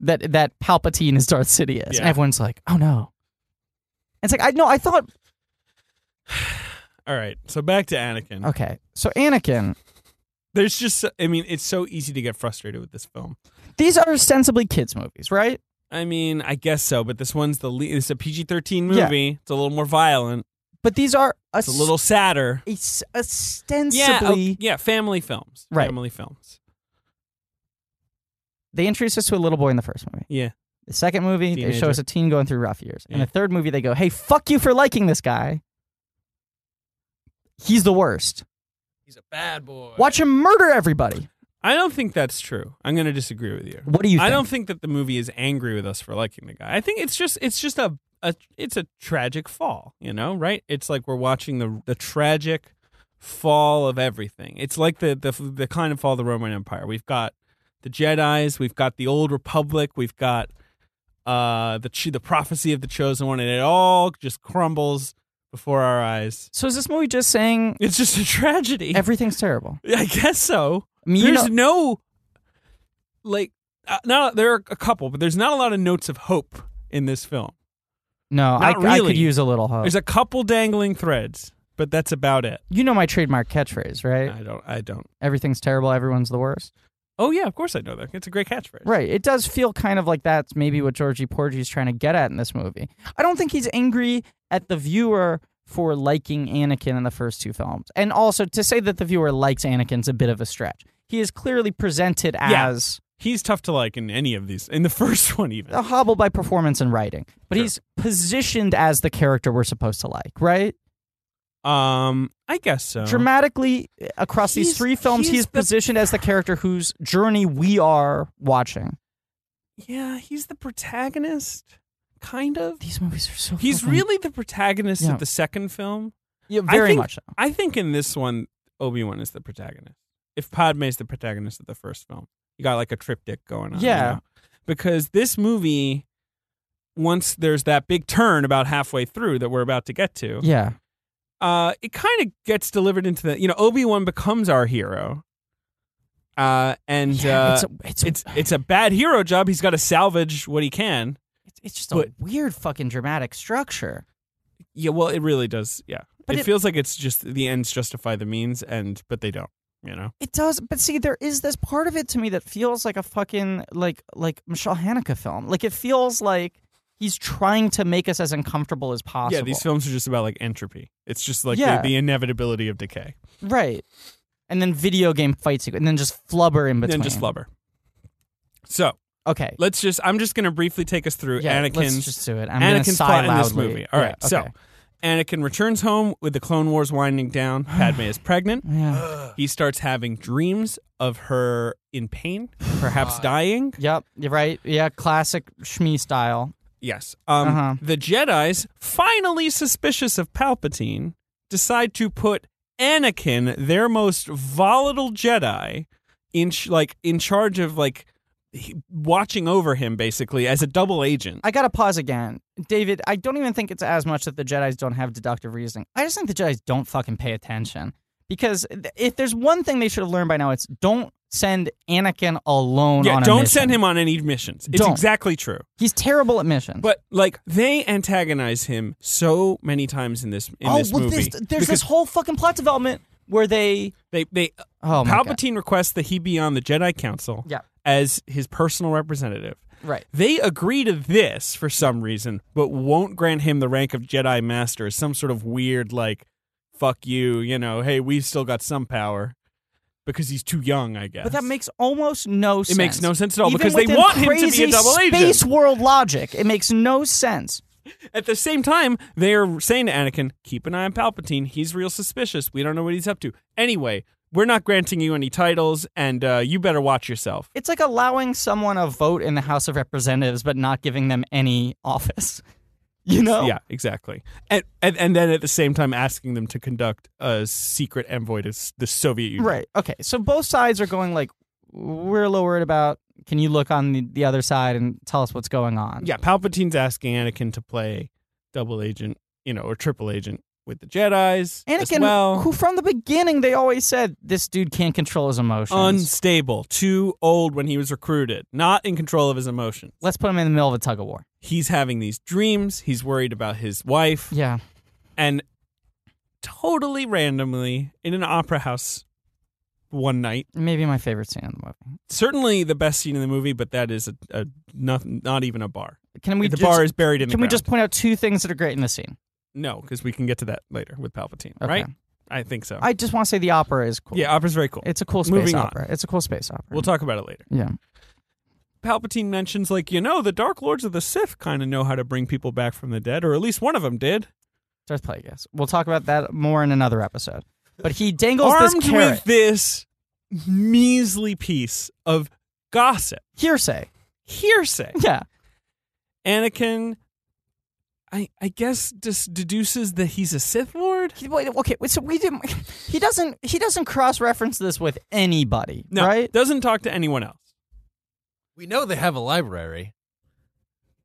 A: that that Palpatine is Darth Sidious,
B: Yeah.
A: and everyone's like, oh no. It's like I no, I thought
B: All right, so back to Anakin.
A: okay, so Anakin,
B: There's just, I mean, it's so easy to get frustrated with this film.
A: these are ostensibly kids movies, right?
B: I mean, I guess so, but this one's the le- it's a PG-13
A: Yeah.
B: movie. It's a little more violent.
A: But these are
B: It's a little sadder.
A: it's
B: Yeah,
A: ostensibly
B: oh, yeah, family films.
A: Right.
B: Family films.
A: they introduce us to a little boy in the first movie.
B: Yeah.
A: The second movie, they show
B: Teenager.
A: us a teen going through rough years. And
B: Yeah.
A: the third movie, they go, hey, fuck you for liking this guy. He's the worst.
C: He's a bad boy.
A: Watch him murder everybody.
B: I don't think that's true. I'm going to disagree with you.
A: What do you think?
B: I don't think that the movie is angry with us for liking the guy. I think it's just it's just a, a it's a tragic fall, you know, right? It's like we're watching the the tragic fall of everything. It's like the the the kind of fall of the Roman Empire. We've got the Jedi's, we've got the old Republic, we've got uh the ch- the prophecy of the chosen one and it all just crumbles before our eyes.
A: so is this movie just saying
B: It's just a tragedy.
A: everything's terrible?
B: *laughs* I guess so.
A: I I mean, you
B: there's
A: know,
B: no like uh, not there are a couple, but there's not a lot of notes of hope in this film.
A: no, I,
B: not
A: I could
B: really.
A: use a little hope.
B: There's a couple dangling threads, but that's about it.
A: you know my trademark catchphrase, right?
B: I don't. I don't.
A: Everything's terrible, everyone's the worst.
B: Oh yeah, of course I know that. It's a great catchphrase.
A: Right. It does feel kind of like that's maybe what Georgie Porgy's trying to get at in this movie. I don't think he's angry at the viewer for liking Anakin in the first two films. And also to say that the viewer likes Anakin's a bit of a stretch. He is clearly presented
B: Yeah.
A: as
B: He's tough to like in any of these. In the *laughs* first one, even.
A: a hobble by performance and writing, but
B: Sure.
A: he's positioned as the character we're supposed to like, right? Oh.
B: Um, I guess so.
A: Dramatically eh, across these
B: He's-
A: three films,
B: he's
A: Uh-huh. he's,
B: the-
A: positioned as the character whose journey we are watching.
B: yeah, he's the protagonist, kind of.
A: These movies are so
B: He's
A: fucking-
B: really the protagonist
A: Yeah.
B: of the second film.
A: yeah,
B: I
A: very
B: think-
A: much so.
B: I think in this one, Obi Wan is the protagonist. If Padme's the protagonist of the first film, you got like a triptych going on. you
A: Yeah.
B: know? because this movie, once there's that big turn about halfway through that we're about to get to,
A: Yeah.
B: uh, it kind of gets delivered into the. You know, Obi Wan becomes our hero, uh, and
A: Yeah,
B: uh,
A: it's, a, it's, a-
B: it's it's a bad hero job. He's got to salvage what he can.
A: It's, it's just
B: But-
A: a weird fucking dramatic structure.
B: Yeah, well, it really does. Yeah,
A: But
B: it,
A: it-
B: feels like it's just the ends justify the means, and but they don't. You know,
A: It does, but see, there is this part of it to me that feels like a fucking like like Michelle Haneke film. Like it feels like he's trying to make us as uncomfortable as possible.
B: yeah, these films are just about like entropy. It's just like
A: Yeah.
B: the, the inevitability of decay,
A: right? And then video game fight sequence, and then just flubber in
B: and
A: between.
B: then just flubber. So
A: Okay,
B: let's just. I'm just going to briefly take us through
A: yeah, let's
B: Anakin's
A: just do it. I'm gonna
B: Anakin's
A: sigh
B: plot in this
A: loudly.
B: movie. All right,
A: Yeah, okay.
B: so Anakin returns home with the Clone Wars winding
A: *sighs*
B: down. Padme is pregnant.
A: yeah,
B: He starts having dreams of her
A: *sighs*
B: in pain, perhaps dying.
A: yep, you're right. Yeah, classic Shmi style.
B: Yes. Um,
A: Uh-huh.
B: The Jedi's, finally suspicious of Palpatine, decide to put Anakin, their most volatile Jedi, in ch- like in charge of like he- watching over him, basically as a double agent.
A: I gotta pause again, David. I don't even think it's as much that the Jedi's don't have deductive reasoning. I just think the Jedi's don't fucking pay attention because th- if there's one thing they should have learned by now, it's don't send Anakin alone.
B: yeah,
A: on a
B: don't
A: mission.
B: send him on any missions. It's
A: Don't.
B: exactly true.
A: He's terrible at missions.
B: But like they antagonize him so many times in this in
A: oh
B: this
A: well,
B: movie.
A: This, there's
B: because
A: this whole fucking plot development where they
B: they they
A: oh my god
B: Palpatine requests that he be on the Jedi Council
A: Yeah.
B: as his personal representative.
A: right
B: They agree to this for some reason, but won't grant him the rank of Jedi Master as some sort of weird, like, fuck you, you know, hey, we've still got some power because he's too young, I guess.
A: but that makes almost no sense.
B: it makes no sense at all
A: Even
B: because they
A: within
B: want him to be a
A: crazy
B: double
A: space
B: agent.
A: world logic. It makes no sense.
B: At the same time, they are saying to Anakin, keep an eye on Palpatine. He's real suspicious. We don't know what he's up to. Anyway, we're not granting you any titles, and uh, you better watch yourself.
A: It's like allowing someone a vote in the House of Representatives, but not giving them any office. *laughs* You know?
B: Yeah, exactly. And, and and then at the same time asking them to conduct a secret envoy to s- the Soviet Union.
A: Right. Okay. So both sides are going like, we're a little worried about. Can you look on the, the other side and tell us what's going on?
B: Yeah, Palpatine's asking Anakin to play double agent, you know, or triple agent with the Jedi's as
A: Anakin,
B: well.
A: who from the beginning they always said this dude can't control his emotions.
B: Unstable, too old when he was recruited, not in control of his emotions.
A: Let's put him in the middle of a tug of war.
B: He's having these dreams. He's worried about his wife,
A: Yeah.
B: and totally randomly in an opera house one night
A: Maybe my favorite scene in the movie.
B: certainly the best scene in the movie, but that is a, a not, not even a bar.
A: Can we
B: the
A: just,
B: bar is buried in the
A: can we
B: ground.
A: just point out two things that are great in this scene?
B: no because we can get to that later with Palpatine,
A: Okay.
B: right? I think so.
A: I just want to say the opera is cool.
B: yeah, opera's very cool.
A: It's a cool space
B: Moving on.
A: opera. It's a cool space opera.
B: We'll talk about it later.
A: yeah.
B: Palpatine mentions like you know the Dark Lords of the Sith kind of know how to bring people back from the dead, or at least one of them did.
A: Darth Plagueis. We'll talk about that more in another episode. But he dangles
B: Armed
A: this carrot.
B: with this measly piece of gossip,
A: Hearsay. *laughs*
B: hearsay,
A: Yeah.
B: Anakin. I, I guess just deduces that he's a Sith Lord.
A: He- wait, okay, wait, so we didn't. He doesn't. He doesn't cross reference this with anybody,
B: No,
A: right?
B: doesn't talk to anyone else.
C: We know they have a library.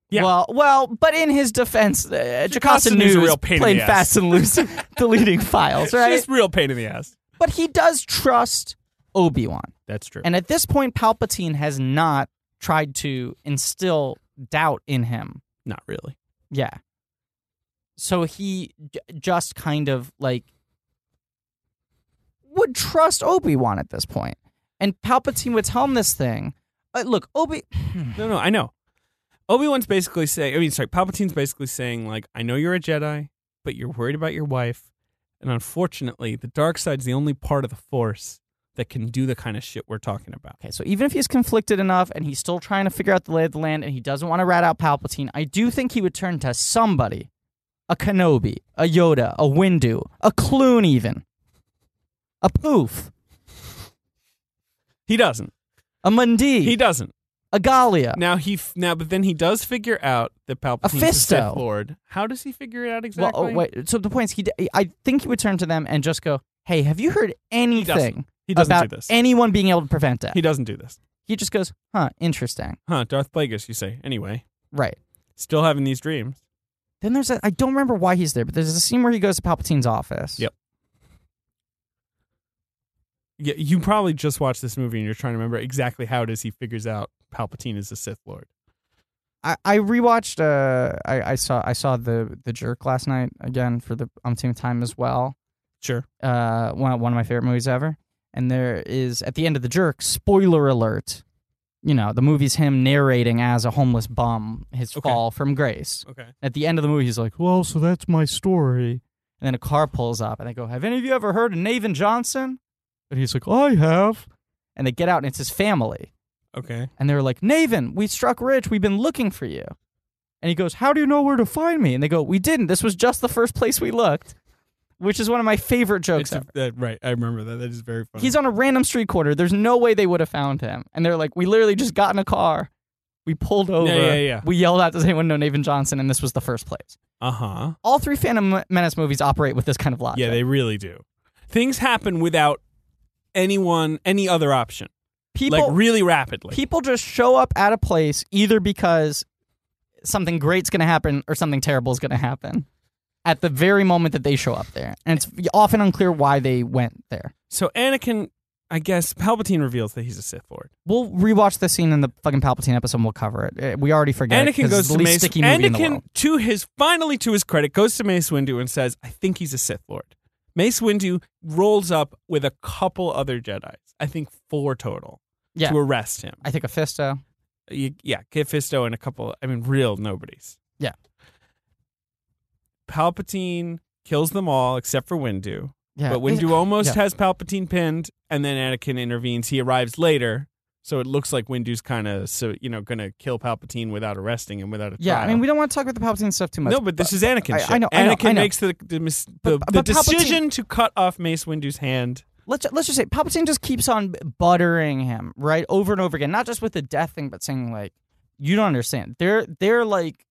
B: Yeah.
A: Well, well, but in his defense, uh,
B: Jocasta
A: Jocasta
B: News
A: News
B: is a real pain in
A: playing
B: the
A: *laughs*
B: ass.
A: fast and loose, deleting files, right?
B: Just real pain in the ass.
A: But he does trust Obi Wan.
B: That's true.
A: And at this point, Palpatine has not tried to instill doubt in him.
B: Not really.
A: Yeah. So he j- just kind of like would trust Obi Wan at this point, and Palpatine would tell him this thing. Uh, look, Obi,
B: No, no, I know. Obi Wan's basically saying. I mean, sorry, Palpatine's basically saying like, I know you're a Jedi, but you're worried about your wife, and unfortunately, the dark side's the only part of the Force that can do the kind of shit we're talking about.
A: Okay, so even if he's conflicted enough and he's still trying to figure out the lay of the land and he doesn't want to rat out Palpatine, I do think he would turn to somebody a Kenobi, a Yoda, a Windu, a Clune, even a Poof,
B: He doesn't.
A: a Mundi,
B: He doesn't.
A: a Galia.
B: Now he f- now, but then he does figure out that Palpatine's the Sith
A: Fisto.
B: Lord. How does he figure it out
A: Well,
B: exactly?
A: oh, wait. So the point is, he, d- I think he would turn to them and just go, "Hey, have you heard anything
B: He doesn't
A: about
B: do this.
A: anyone being able to prevent death?"
B: he doesn't do this.
A: he just goes, "Huh, interesting."
B: Huh? Darth Plagueis, you say? Anyway,
A: Right.
B: still having these dreams.
A: Then there's a I don't remember why he's there, but there's a scene where he goes to Palpatine's office.
B: Yep. Yeah, you probably just watched this movie and you're trying to remember exactly how it is he figures out Palpatine is the Sith Lord.
A: I, I rewatched uh I, I saw I saw the the jerk last night again for the umpteenth time as well.
B: Sure.
A: Uh one one of my favorite movies ever. And there is at the end of the jerk, spoiler alert, you know, the movie's him narrating as a homeless bum his
B: Okay.
A: fall from grace.
B: Okay.
A: At the end of the movie he's like, Well, so that's my story and then a car pulls up and they go, Have any of you ever heard of Nathan Johnson? And he's like, I have and they get out and it's his family.
B: Okay.
A: And they were like, Naven, we struck rich. We've been looking for you. And he goes, How do you know where to find me? And they go, We didn't. This was just the first place we looked, which is one of my favorite jokes
B: It's a-
A: ever.
B: that- right. I remember that. That is very funny.
A: He's on a random street corner. There's no way they would have found him. And they're like, We literally just got in a car. We pulled over.
B: yeah, yeah.
A: We yelled out, Does anyone know Naven Johnson? And this was the first place.
B: uh huh.
A: All three Phantom Menace movies operate with this kind of logic.
B: Yeah, they really do. Things happen without anyone, any other option,
A: people,
B: like really rapidly.
A: people just show up at a place either because something great's going to happen or something terrible is going to happen at the very moment that they show up there. And it's often unclear why they went there.
B: so Anakin, I guess Palpatine reveals that he's a Sith Lord.
A: We'll rewatch the scene in the fucking Palpatine episode and we'll cover it. Eh, We already forget it
B: Anakin
A: 'cause
B: goes
A: it's the
B: to
A: least
B: Mace.
A: sticky movie in the
B: Anakin,
A: world.
B: to his finally to his credit, goes to Mace Windu and says, "I think he's a Sith Lord." Mace Windu rolls up with a couple other Jedi's, I think four total,
A: Yeah.
B: to arrest him.
A: I think a Fisto.
B: You- yeah, Kid Fisto and a couple. I mean, real nobodies.
A: Yeah.
B: Palpatine kills them all except for Windu,
A: Yeah.
B: but Windu almost
A: yeah.
B: has Palpatine pinned, and then Anakin intervenes. He arrives later. So it looks like Windu's kind of so you know going to kill Palpatine without arresting him without a
A: yeah,
B: trial.
A: I mean, we don't want to talk about the Palpatine stuff too much.
B: No, but this is Anakin.
A: I-
B: shit.
A: I know, I know,
B: Anakin
A: I know.
B: makes the the, mis-
A: But-
B: the, the
A: but Palpatine-
B: decision to cut off Mace Windu's hand.
A: let's let's just say Palpatine just keeps on buttering him right over and over again, not just with the death thing, but saying like, "You don't understand. They're they're like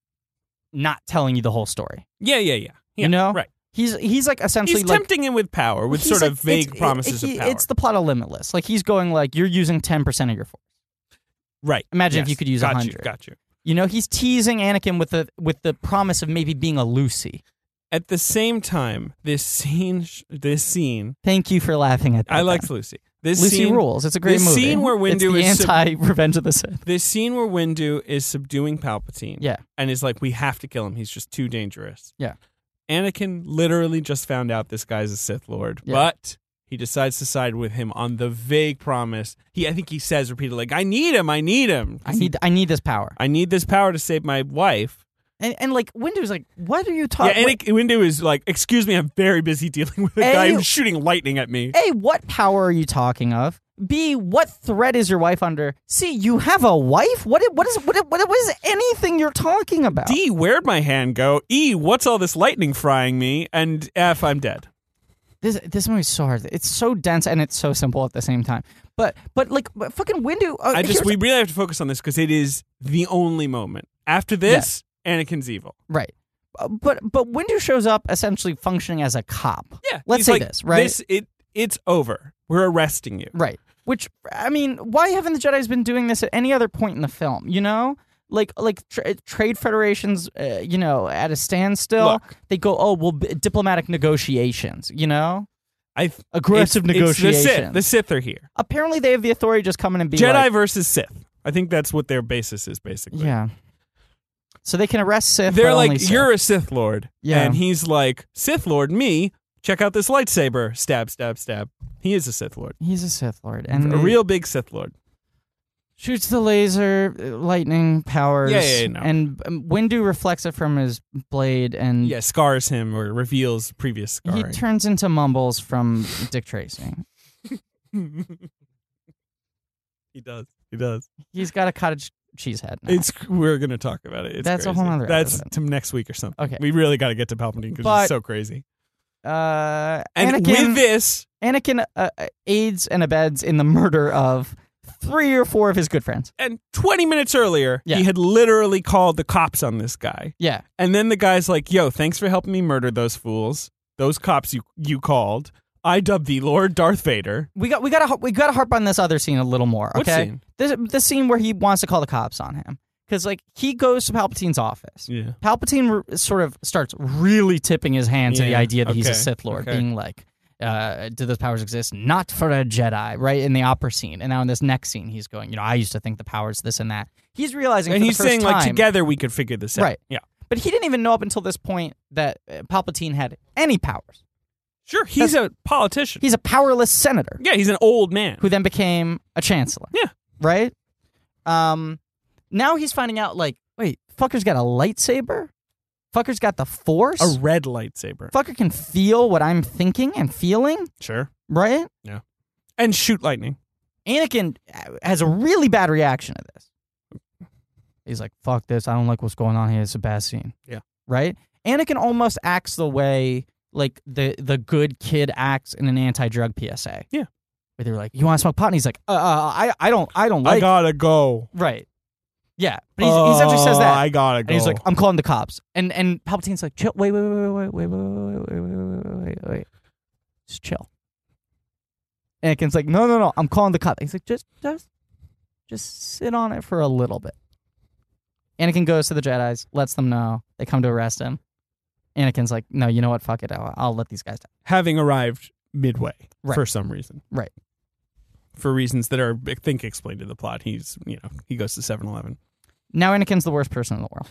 A: not telling you the whole story.
B: Yeah, yeah, yeah. yeah
A: you know,
B: right?
A: He's he's like essentially
B: He's
A: like
B: tempting him with power, with
A: he's
B: sort
A: like-
B: of vague
A: it's- it-
B: promises
A: he-
B: of power.
A: It's the plot of Limitless. Like he's going like, "You're using ten percent of your force.
B: right.
A: Imagine
B: Yes.
A: if you could use a
B: got you,
A: hundred.
B: Got you.
A: You know, he's teasing Anakin with the with the promise of maybe being a Lucy.
B: At the same time, this scene, sh- this scene,
A: Thank you for laughing at that.
B: I liked Lucy. This
A: Lucy
B: scene,
A: rules. It's a great
B: this
A: movie.
B: scene where
A: It's
B: Windu
A: the
B: is sub-
A: anti Revenge of the Sith.
B: This scene where Windu is subduing Palpatine.
A: Yeah.
B: And is like, we have to kill him. He's just too dangerous.
A: Yeah.
B: Anakin literally just found out this guy's a Sith Lord,
A: Yeah.
B: but he decides to side with him on the vague promise. He, I think he says repeatedly, like, I need him. I need him.
A: I need I need this power.
B: I need this power to save my wife.
A: And, and like Windu's like, what are you
B: yeah,
A: talking?
B: Anakin Windu is like, excuse me, I'm very busy dealing with a
A: And
B: guy
A: you-
B: who's shooting lightning at me.
A: A, what power are you talking of? B, what threat is your wife under? C, you have a wife? What? i- What is? What? i- What, i- what is anything you're talking about?
B: D, where'd my hand go? E, what's all this lightning frying me? And F, I'm dead.
A: This this movie's so hard. It's so dense and it's so simple at the same time. But but like but fucking Windu. Uh,
B: I just
A: here's-
B: we really have to focus on this because it is the only moment. After this, Anakin's evil.
A: right. Uh, But but Windu shows up essentially functioning as a cop.
B: Yeah,
A: Let's
B: he's
A: say
B: like,
A: this, right?
B: This it it's over. We're arresting you.
A: Right. Which I mean, why haven't the Jedi's been doing this at any other point in the film? You know, like like tra- trade federations, uh, you know, at a standstill.
B: Look.
A: They go, oh, well, b- diplomatic negotiations. You know,
B: I th-
A: Aggressive
B: it's- it's
A: negotiations.
B: the, Sith. the Sith are here.
A: Apparently, they have the authority to just come in and be
B: Jedi *laughs*
A: like,
B: versus Sith. I think that's what their basis is basically.
A: yeah. So they can arrest Sith.
B: They're
A: but
B: like,
A: only Sith.
B: you're a Sith Lord.
A: Yeah.
B: And he's like, Sith Lord, me. Check out this lightsaber. Stab, stab, stab. He is a Sith Lord.
A: He's a Sith Lord, and
B: a
A: they-
B: real big Sith Lord.
A: shoots the laser, uh, lightning powers.
B: Yeah, yeah, yeah, no.
A: And um, Windu reflects it from his blade, and
B: Yeah, scars him or reveals previous
A: Mm. he
B: scarring.
A: turns into mumbles from Dick Tracy.
B: he does.
A: *laughs*
B: He does.
A: He's got a cottage cheese head. Now.
B: It's we're gonna talk about it. It's
A: That's a
B: crazy.
A: whole nother
B: That's
A: episode.
B: to next week or something.
A: Okay.
B: We really got to get to Palpatine because
A: But-
B: it's so crazy.
A: uh,
B: And
A: Anakin,
B: with this,
A: Anakin uh, uh, aids and abets in the murder of three or four of his good friends.
B: and 20 minutes earlier,
A: Yeah.
B: he had literally called the cops on this guy.
A: Yeah,
B: And then the guy's like, "Yo, thanks for helping me murder those fools. Those cops you you called. I dub thee Lord Darth Vader."
A: we got we got to we got to harp on this other scene a little more. Okay,
B: What scene?
A: this the scene where he wants to call the cops on him because like he goes to Palpatine's office.
B: Yeah.
A: Palpatine re- sort of starts really tipping his hand to the
B: Yeah,
A: idea that he's a
B: okay,
A: Sith Lord,
B: okay.
A: being like, uh, "Do those powers exist? Not for a Jedi." Right in the opera scene, and now in this next scene, he's going, "You know, I used to think the powers this and that." He's realizing,
B: And
A: for
B: he's
A: the first
B: saying
A: time,
B: like together we could figure this out.
A: Right.
B: Yeah.
A: but he didn't even know up until this point that uh, Palpatine had any powers.
B: Sure, he's a politician.
A: He's a powerless senator
B: yeah, he's an old man.
A: who then became a chancellor.
B: Yeah.
A: right. Um, now he's finding out like, wait, fucker's got a lightsaber. Fucker's got the Force.
B: A red lightsaber.
A: fucker can feel what I'm thinking and feeling,
B: Sure.
A: right?
B: And shoot lightning.
A: Anakin has a really bad reaction to this. He's like, fuck this. I don't like what's going on here. It's a bad scene.
B: Yeah.
A: Right? Anakin almost acts the way like the, the good kid acts in an anti drug PSA.
B: Yeah.
A: Where they're like, you want to smoke pot? And he's like, uh, uh I, I don't, I don't like
B: I gotta go.
A: Right. Yeah. But he's, he actually says
B: Oh,
A: that.
B: I gotta go.
A: And he's like, I'm calling the cops. And and Palpatine's like, chill, wait, wait, wait, wait, wait, wait, wait, wait, wait, wait, wait, wait, wait. Just chill. Anakin's like, no, no, no, I'm calling the cops. He's like, just just just sit on it for a little bit. Anakin goes to the Jedi's, lets them know. They come to arrest him. Anakin's like, no, you know what? Fuck it. I'll, I'll let these guys down.
B: having arrived midway
A: Right.
B: for some reason.
A: Right.
B: For reasons that are I think explained in the plot. He's, you know, he goes to 7-Eleven.
A: Now Anakin's the worst person in the world.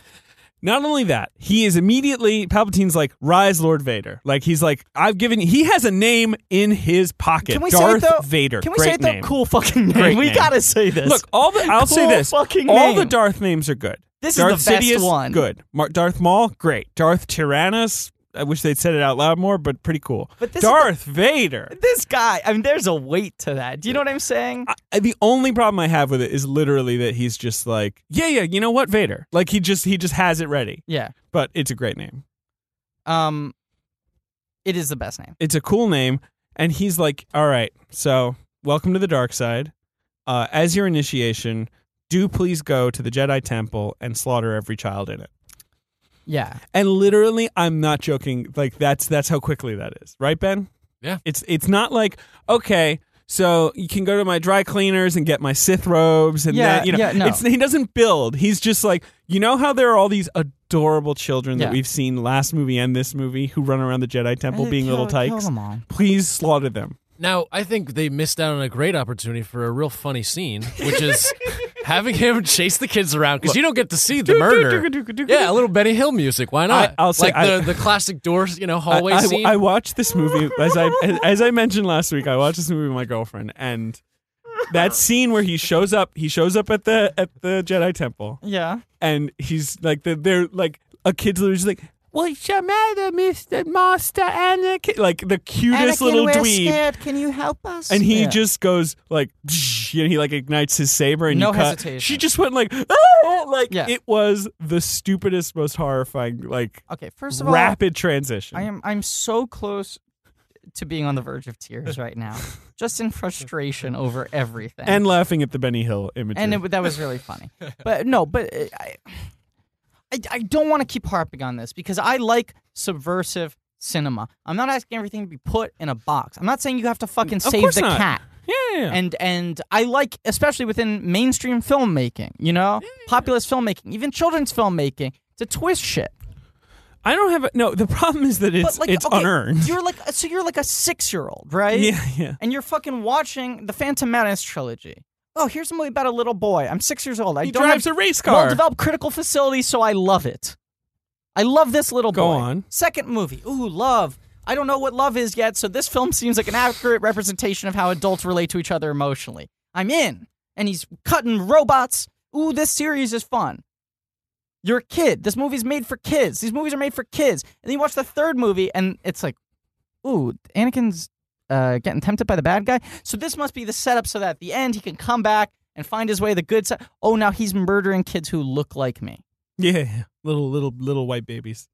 B: Not only that, he is immediately Palpatine's like, "Rise, Lord Vader." Like he's like, "I've given he has a name in his pocket.
A: Can we
B: Darth
A: say it though?
B: Vader.
A: Can we
B: Great
A: say it though?
B: name.
A: Cool fucking name.
B: Great
A: we
B: name.
A: gotta say this.
B: Look, all the I'll say
A: Cool
B: this.
A: fucking
B: all the
A: name.
B: Darth names are good.
A: This is
B: Darth
A: the best
B: Sidious,
A: one.
B: Good. Mar- Darth Maul, great. Darth Tyrannus, I wish they'd said it out loud more, but pretty cool.
A: But this is the-
B: Darth Vader.
A: this guy, I mean, there's a weight to that. Do you know what I'm saying?
B: I, the only problem I have with it is literally that he's just like, yeah, yeah, you know what, Vader. Like he just he just has it ready.
A: yeah.
B: But it's a great name.
A: Um, it is the best name.
B: It's a cool name, and he's like, all right, so welcome to the dark side. Uh, as your initiation, do please go to the Jedi Temple and slaughter every child in it.
A: Yeah.
B: And literally, I'm not joking. Like that's that's how quickly that is, right, Ben?
C: Yeah.
B: It's it's not like okay, so you can go to my dry cleaners and get my Sith robes, and
A: Yeah,
B: then you know,
A: yeah, no.
B: it's he doesn't build. He's just like you know how there are all these adorable children
A: Yeah.
B: that we've seen last movie and this movie who run around the Jedi Temple being little tykes. Please slaughter them.
C: Now, I think they missed out on a great opportunity for a real funny scene, which
B: *laughs*
C: is having him chase the kids around because you don't get to see the murder. Yeah, a little Benny Hill music. Why not?
B: I- I'll say
C: like
B: I-
C: the, the classic doors, you know,
B: I,
C: hallway
B: I-
C: scene.
B: I watched this movie as I as I mentioned last week. I watched this movie with my girlfriend, and that scene where he shows up, he shows up at the at the Jedi Temple,
A: Yeah.
B: and he's like the, they're like a kid's literally just like what's your matter mr master anakin like the cutest little dweeb
A: Can you help us?
B: and he just goes like "Psh," and he like ignites his saber and
A: No
B: you cut-
A: hesitation.
B: she just went like "Ah!" like
A: Yeah.
B: it was the stupidest most horrifying like
A: Okay. First of all,
B: rapid transition
A: I am I'm so close to being on the verge of tears right
B: *laughs*
A: now, just in frustration over everything.
B: and laughing at the benny hill image
A: and it, that was really funny. But no, but uh, I, I, I don't want to keep harping on this because I like subversive cinema. I'm not asking everything to be put in a box. I'm not saying you have to fucking save
B: course
A: the
B: not.
A: cat.
B: yeah, yeah, yeah.
A: And and I like, especially within mainstream filmmaking, you know, populist filmmaking, even children's filmmaking, to twist shit.
B: I don't have a, no. The problem is that it's
A: but like,
B: it's
A: okay,
B: unearned.
A: You're like, so you're like a six year old, right?
B: Yeah, yeah.
A: And you're fucking watching the Phantom Menace trilogy. Oh, here's a movie about a little boy. I'm six years old. I
B: He
A: don't
B: drives
A: have
B: a race
A: well
B: car.
A: developed critical facility, so I love it. I love this little
B: Go
A: boy.
B: on.
A: Second movie. Ooh, love. I don't know what love is yet, so this film seems like an accurate representation of how adults relate to each other emotionally. I'm in. And he's cutting robots. Ooh, this series is fun. You're a kid. This movie's made for kids. These movies are made for kids. And then you watch the third movie, and it's like, ooh, Anakin's uh, getting tempted by the bad guy. So this must be the setup so that at the end he can come back and find his way to the good side. Oh, now he's murdering kids who look like me.
B: yeah, yeah. little little little white babies.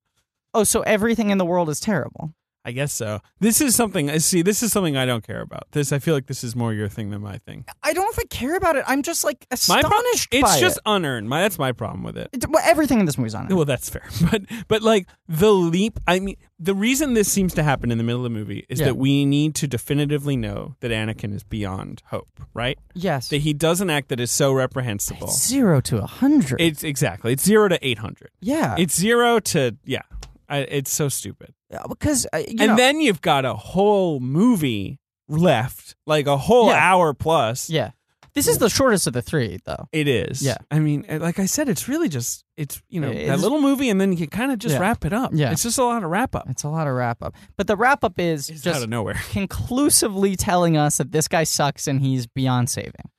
A: Oh, so everything in the world is terrible.
B: I guess so. This is something. I See, this is something I don't care about. This I feel like this is more your thing than my thing.
A: I don't know if I care about it. I'm just like
B: My
A: astonished
B: problem.
A: by
B: It's just
A: it.
B: unearned. My that's my problem with it.
A: It- well, everything in this movie's on it.
B: Well, that's fair. *laughs* But but like the leap. I mean, the reason this seems to happen in the middle of the movie is
A: Yeah.
B: that we need to definitively know that Anakin is beyond hope. Right.
A: Yes,
B: That he does an act that is so reprehensible.
A: zero to a hundred.
B: It's exactly. It's zero to eight hundred.
A: yeah,
B: It's zero to yeah. I, it's so stupid.
A: Uh, because uh, you
B: and
A: know-
B: then you've got a whole movie left, like a whole
A: Yeah.
B: hour plus.
A: yeah, this is the shortest of the three, though.
B: It is.
A: Yeah.
B: I mean, uh, like I said, it's really just it's you know
A: It
B: that
A: is-
B: little movie, and then you kind of just
A: Yeah.
B: wrap it up.
A: Yeah.
B: It's just a lot of wrap up.
A: It's a lot of wrap up, but the wrap up is
B: It's out
A: just
B: of nowhere. *laughs*
A: conclusively telling us that this guy sucks and he's beyond saving.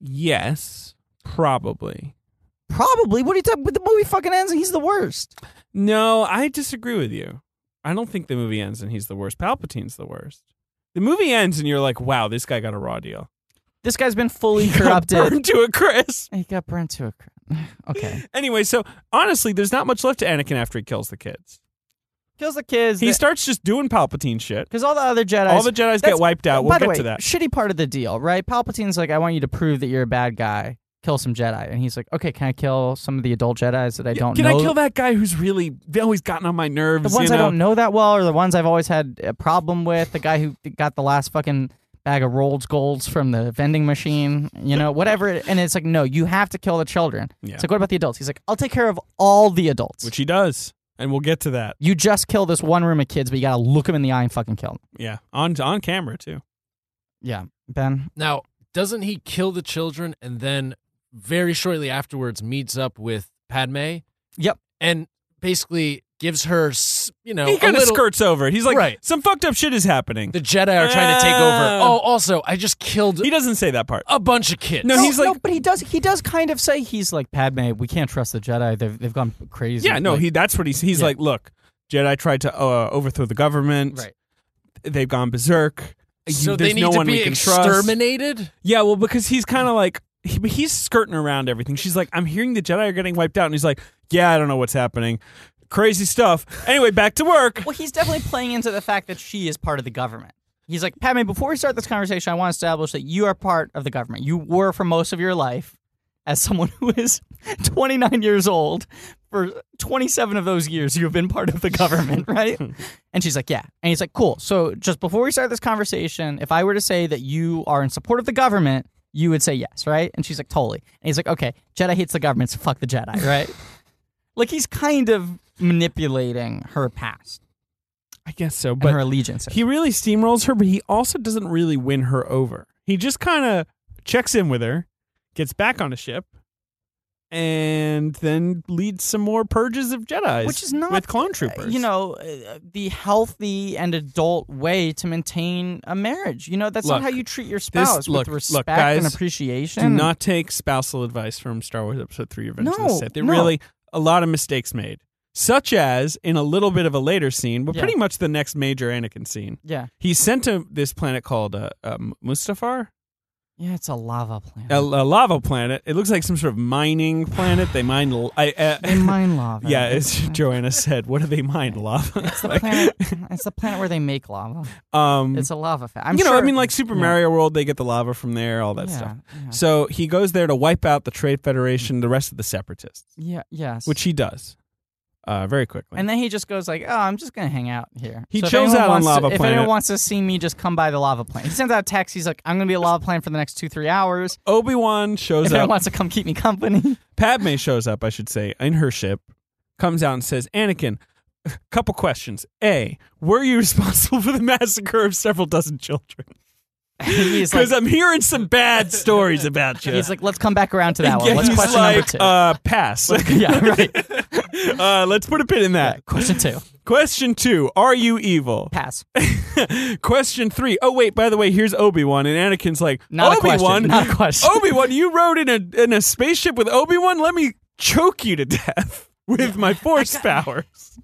B: Yes, probably.
A: Probably. What are you talking? But the movie fucking ends and he's the worst.
B: No, I disagree with you. I don't think the movie ends and he's the worst. Palpatine's the worst. The movie ends and you're like, wow, this guy got a raw deal.
A: This guy's been fully
B: Got *laughs*
A: corrupted.
B: burned to a crisp.
A: He got burnt to a crisp. *sighs* Okay.
B: Anyway, so honestly, there's not much left to Anakin after he kills the kids.
A: *laughs* Kills the kids.
B: He starts just doing Palpatine shit.
A: Because all the other Jedi.
B: All the Jedi's get wiped out. Uh, We'll
A: by the
B: get
A: way,
B: to that.
A: Shitty part of the deal, right? Palpatine's like, I want you to prove that you're a bad guy. Kill some Jedi. And he's like, okay, can I kill some of the adult Jedis that I don't
B: Can
A: know?
B: I kill that guy who's really they always gotten on my nerves?
A: the ones
B: you
A: I
B: know?
A: don't know that well or the ones I've always had a problem with? The guy who got the last fucking bag of Rolls Golds from the vending machine, you know, whatever. it- And it's like, no, you have to kill the children.
B: Yeah.
A: It's like, what about the adults? He's like, I'll take care of all the adults.
B: Which he does, and we'll get to that.
A: you just kill this one room of kids, but you gotta look them in the eye and fucking kill them.
B: Yeah, on on camera too.
A: Yeah, Ben.
C: Now, doesn't he kill the children and then very shortly afterwards meets up with Padme?
A: Yep.
C: And basically gives her, s- you know,
B: he
C: a
B: kind of
C: little,
B: skirts over it. He's like,
C: Right.
B: some fucked up shit is happening.
C: the Jedi are trying to take over.
B: Ah.
C: Oh, also, I just killed
B: he doesn't say that part.
C: a bunch of kids.
B: No, he's like-
A: but he does. He does kind of say he's like Padme. We can't trust the Jedi. They've they've gone crazy.
B: yeah, no,
A: Like-
B: he that's what he's he's
A: Yeah.
B: like. Look, Jedi tried to uh, overthrow the government.
A: right.
B: They've gone berserk. You-
C: so
B: there's
C: they need
B: no
C: to
B: one
C: be
B: we can trust.
C: exterminated.
B: Yeah, well, because he's kind of like he, but he's skirting around everything. She's like, "I'm hearing the Jedi are getting wiped out," and he's like, "Yeah, I don't know what's happening. Crazy stuff." Anyway, back to work.
A: Well, he's definitely playing into the fact that she is part of the government. He's like Padme. Before we start this conversation, I want to establish that you are part of the government. You were for most of your life as someone who is *laughs* 29 years old. For 27 of those years, you have been part of the government, right? and she's like, yeah. And he's like, cool. So just before we start this conversation, if I were to say that you are in support of the government, you would say yes, right? And she's like, totally. And he's like, okay, Jedi hates the government, so fuck the Jedi, right? like he's kind of manipulating her past
B: I guess so,
A: and her
B: but
A: allegiances.
B: he really steamrolls her, but he also doesn't really win her over. He just kind of checks in with her, gets back on a ship, and then leads some more purges of Jedi's,
A: Which is not,
B: with clone
A: uh,
B: troopers.
A: you know, uh, the healthy and adult way to maintain a marriage. You know, that's
B: Look,
A: not how you treat your spouse
B: look-
A: with
B: look,
A: respect and
B: guys,
A: appreciation.
B: Do not take spousal advice from Star Wars Episode Three: Revenge of the
A: No,
B: Sith. There
A: no.
B: really a lot of mistakes made, such as in a little bit of a later scene, but
A: Yeah.
B: pretty much the next major Anakin scene.
A: Yeah.
B: He's sent to this planet called uh, um, Mustafar,
A: Yeah, it's a lava planet.
B: a, a lava planet. It looks like some sort of mining planet. They mine. l- I, uh,
A: they
B: *laughs*
A: mine lava.
B: yeah, as Joanna said, what do they mine? *laughs* Lava.
A: It's the planet. it's the planet where they make lava.
B: um,
A: It's a lava. Fa- I'm
B: you know,
A: sure,
B: I mean, like Super
A: yeah.
B: Mario World, they get the lava from there, all that
A: yeah,
B: stuff.
A: Yeah.
B: So he goes there to wipe out the Trade Federation, the rest of the Separatists.
A: yeah. Yes.
B: which he does uh, very quickly.
A: and then he just goes like, "Oh, I'm just gonna hang out here."
B: He
A: So if
B: chills
A: anyone
B: out on
A: wants to-
B: lava
A: If anyone
B: planet.
A: wants to see me, just come by the lava planet. He sends out a text. He's like, "I'm gonna be at lava planet for the next two, three hours.
B: Obi Wan shows
A: If anyone
B: up. *laughs*
A: wants to come keep me company."
B: Padme shows up, I should say, in her ship, comes out and says, Anakin, *laughs* couple questions. A, were you responsible for the massacre of several dozen children?
A: he's like,
B: Because I'm hearing some *laughs* bad stories about you.
A: he's like, let's come back around to that one.
B: Yeah,
A: Let's
B: he's
A: question
B: like,
A: number two.
B: Uh, pass.
A: yeah, right.
B: *laughs* uh, let's put a pin in that.
A: Question two.
B: Question two: Are you evil? *laughs*
A: Pass.
B: question three. Oh wait, by the way, here's Obi Wan, and Anakin's like,
A: Not a
B: Obi
A: question.
B: Wan,
A: Not a
B: *laughs*
A: question.
B: Obi Wan, you rode in a in a spaceship with Obi Wan. Let me choke you to death *laughs* with my force powers.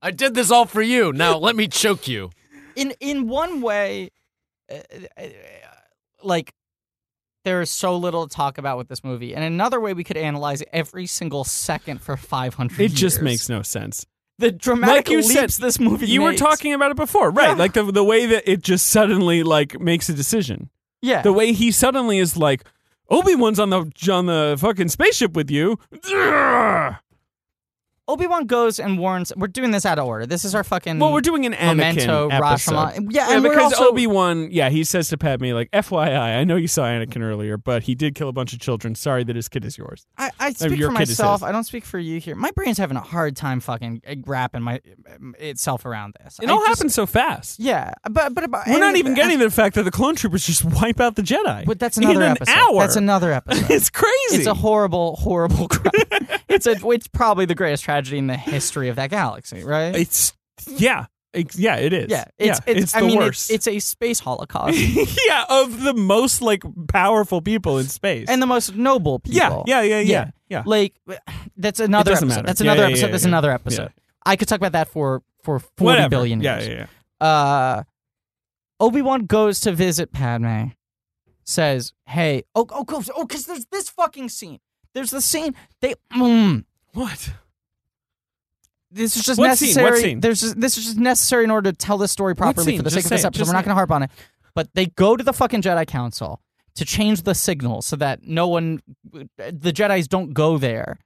C: I did this all for you. Now let me choke you.
A: in in one way, uh, uh, like there is so little to talk about with this movie. And another way, we could analyze every single second for five hundred.
B: *laughs* It just makes no sense.
A: *laughs* the dramatic
B: Like you
A: leaps
B: said,
A: this movie.
B: You were
A: makes.
B: talking about it before, right?
A: Yeah.
B: Like the the way that it just suddenly like makes a decision.
A: yeah.
B: The way he suddenly is like, Obi Wan's on the on the fucking spaceship with you. Mm.
A: Obi Wan goes and warns. We're doing this out of order. This is our fucking.
B: Well, we're doing an Anakin
A: Memento,
B: episode.
A: Rashomon. Yeah,
B: Yeah,
A: and we're
B: because
A: also-
B: Obi Wan, yeah, he says to Padme, like, FYI, I know you saw Anakin earlier, but he did kill a bunch of children. Sorry that his kid is yours.
A: I, I speak
B: your
A: for
B: kid is
A: myself.
B: his.
A: I don't speak for you here. My brain's having a hard time fucking uh, wrapping my itself around this.
B: It
A: I
B: all
A: just-
B: happened so fast.
A: Yeah, but but about
B: We're not even
A: getting.
B: getting to the fact that the clone troopers just wipe out the Jedi.
A: But that's
B: in
A: another
B: an
A: episode.
B: hour.
A: That's another episode.
B: *laughs* it's crazy.
A: it's a horrible,
B: *laughs*
A: horrible crime. it's a it's probably the greatest tragedy in the history of that galaxy, right?
B: It's- yeah, It's- yeah, it is.
A: yeah, it's
B: yeah,
A: it's,
B: the
A: I mean
B: worst. *laughs*
A: It's, it's a space holocaust
B: yeah, of the most like powerful people in space.
A: and the most noble
B: yeah,
A: people.
B: yeah,
A: Yeah.
B: yeah, yeah, yeah.
A: Like that's another
B: doesn't
A: episode.
B: matter.
A: That's
B: Yeah,
A: another
B: yeah,
A: episode.
B: yeah,
A: that's
B: yeah.
A: another episode. I could talk about that for for forty
B: Whatever.
A: billion
B: Yeah,
A: years.
B: yeah, yeah.
A: uh, Obi Wan goes to visit Padme, says, "Hey, oh, oh, because oh, 'cause there's this fucking scene. There's the scene they." Mm,
B: What?
A: this is just
B: What scene?
A: necessary.
B: What scene?
A: There's just, this is just necessary in order to tell this story properly
B: scene?
A: for the sake
B: Just
A: of this
B: say it.
A: episode.
B: Just
A: We're not
B: say
A: going to harp on it, but they go to the fucking Jedi Council to change the signal so that no one, the Jedi's don't go there.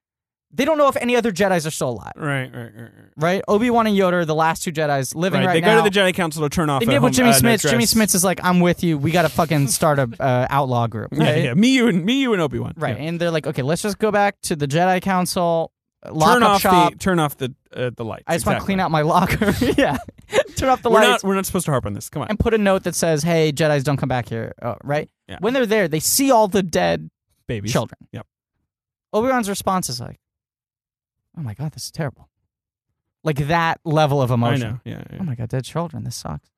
A: They don't know if any other Jedi's are still alive,
B: Right, right, right. right.
A: right? Obi Wan and Yoda are the last two Jedi's living right,
B: they
A: now.
B: go to the Jedi Council to turn off.
A: They
B: a
A: did
B: home-
A: with Jimmy
B: uh, an
A: Smith. Jimmy
B: address.
A: Smith is like, "I'm with you. We got to fucking start a uh, outlaw group."
B: *laughs* Yeah,
A: Right?
B: yeah. Me, you, and me, you, and Obi Wan.
A: Right. And they're like, "Okay, let's just go back to the Jedi Council, uh, lock
B: turn
A: up
B: off
A: shop.
B: the turn off the uh, the lights.
A: I just want to
B: Exactly.
A: clean out my locker. *laughs*
B: *laughs*
A: yeah, turn off the
B: We're
A: lights
B: not we're not supposed to harp on this. Come on.
A: and put a note that says, "Hey, Jedi's don't come back here." Oh, right.
B: Yeah.
A: When they're there, they see all the dead
B: Babies.
A: children.
B: Yep.
A: Obi Wan's response is like, "Oh my god, this is terrible." Like that level of
B: I
A: emotion.
B: know. Yeah. yeah.
A: oh my god, dead children. This sucks.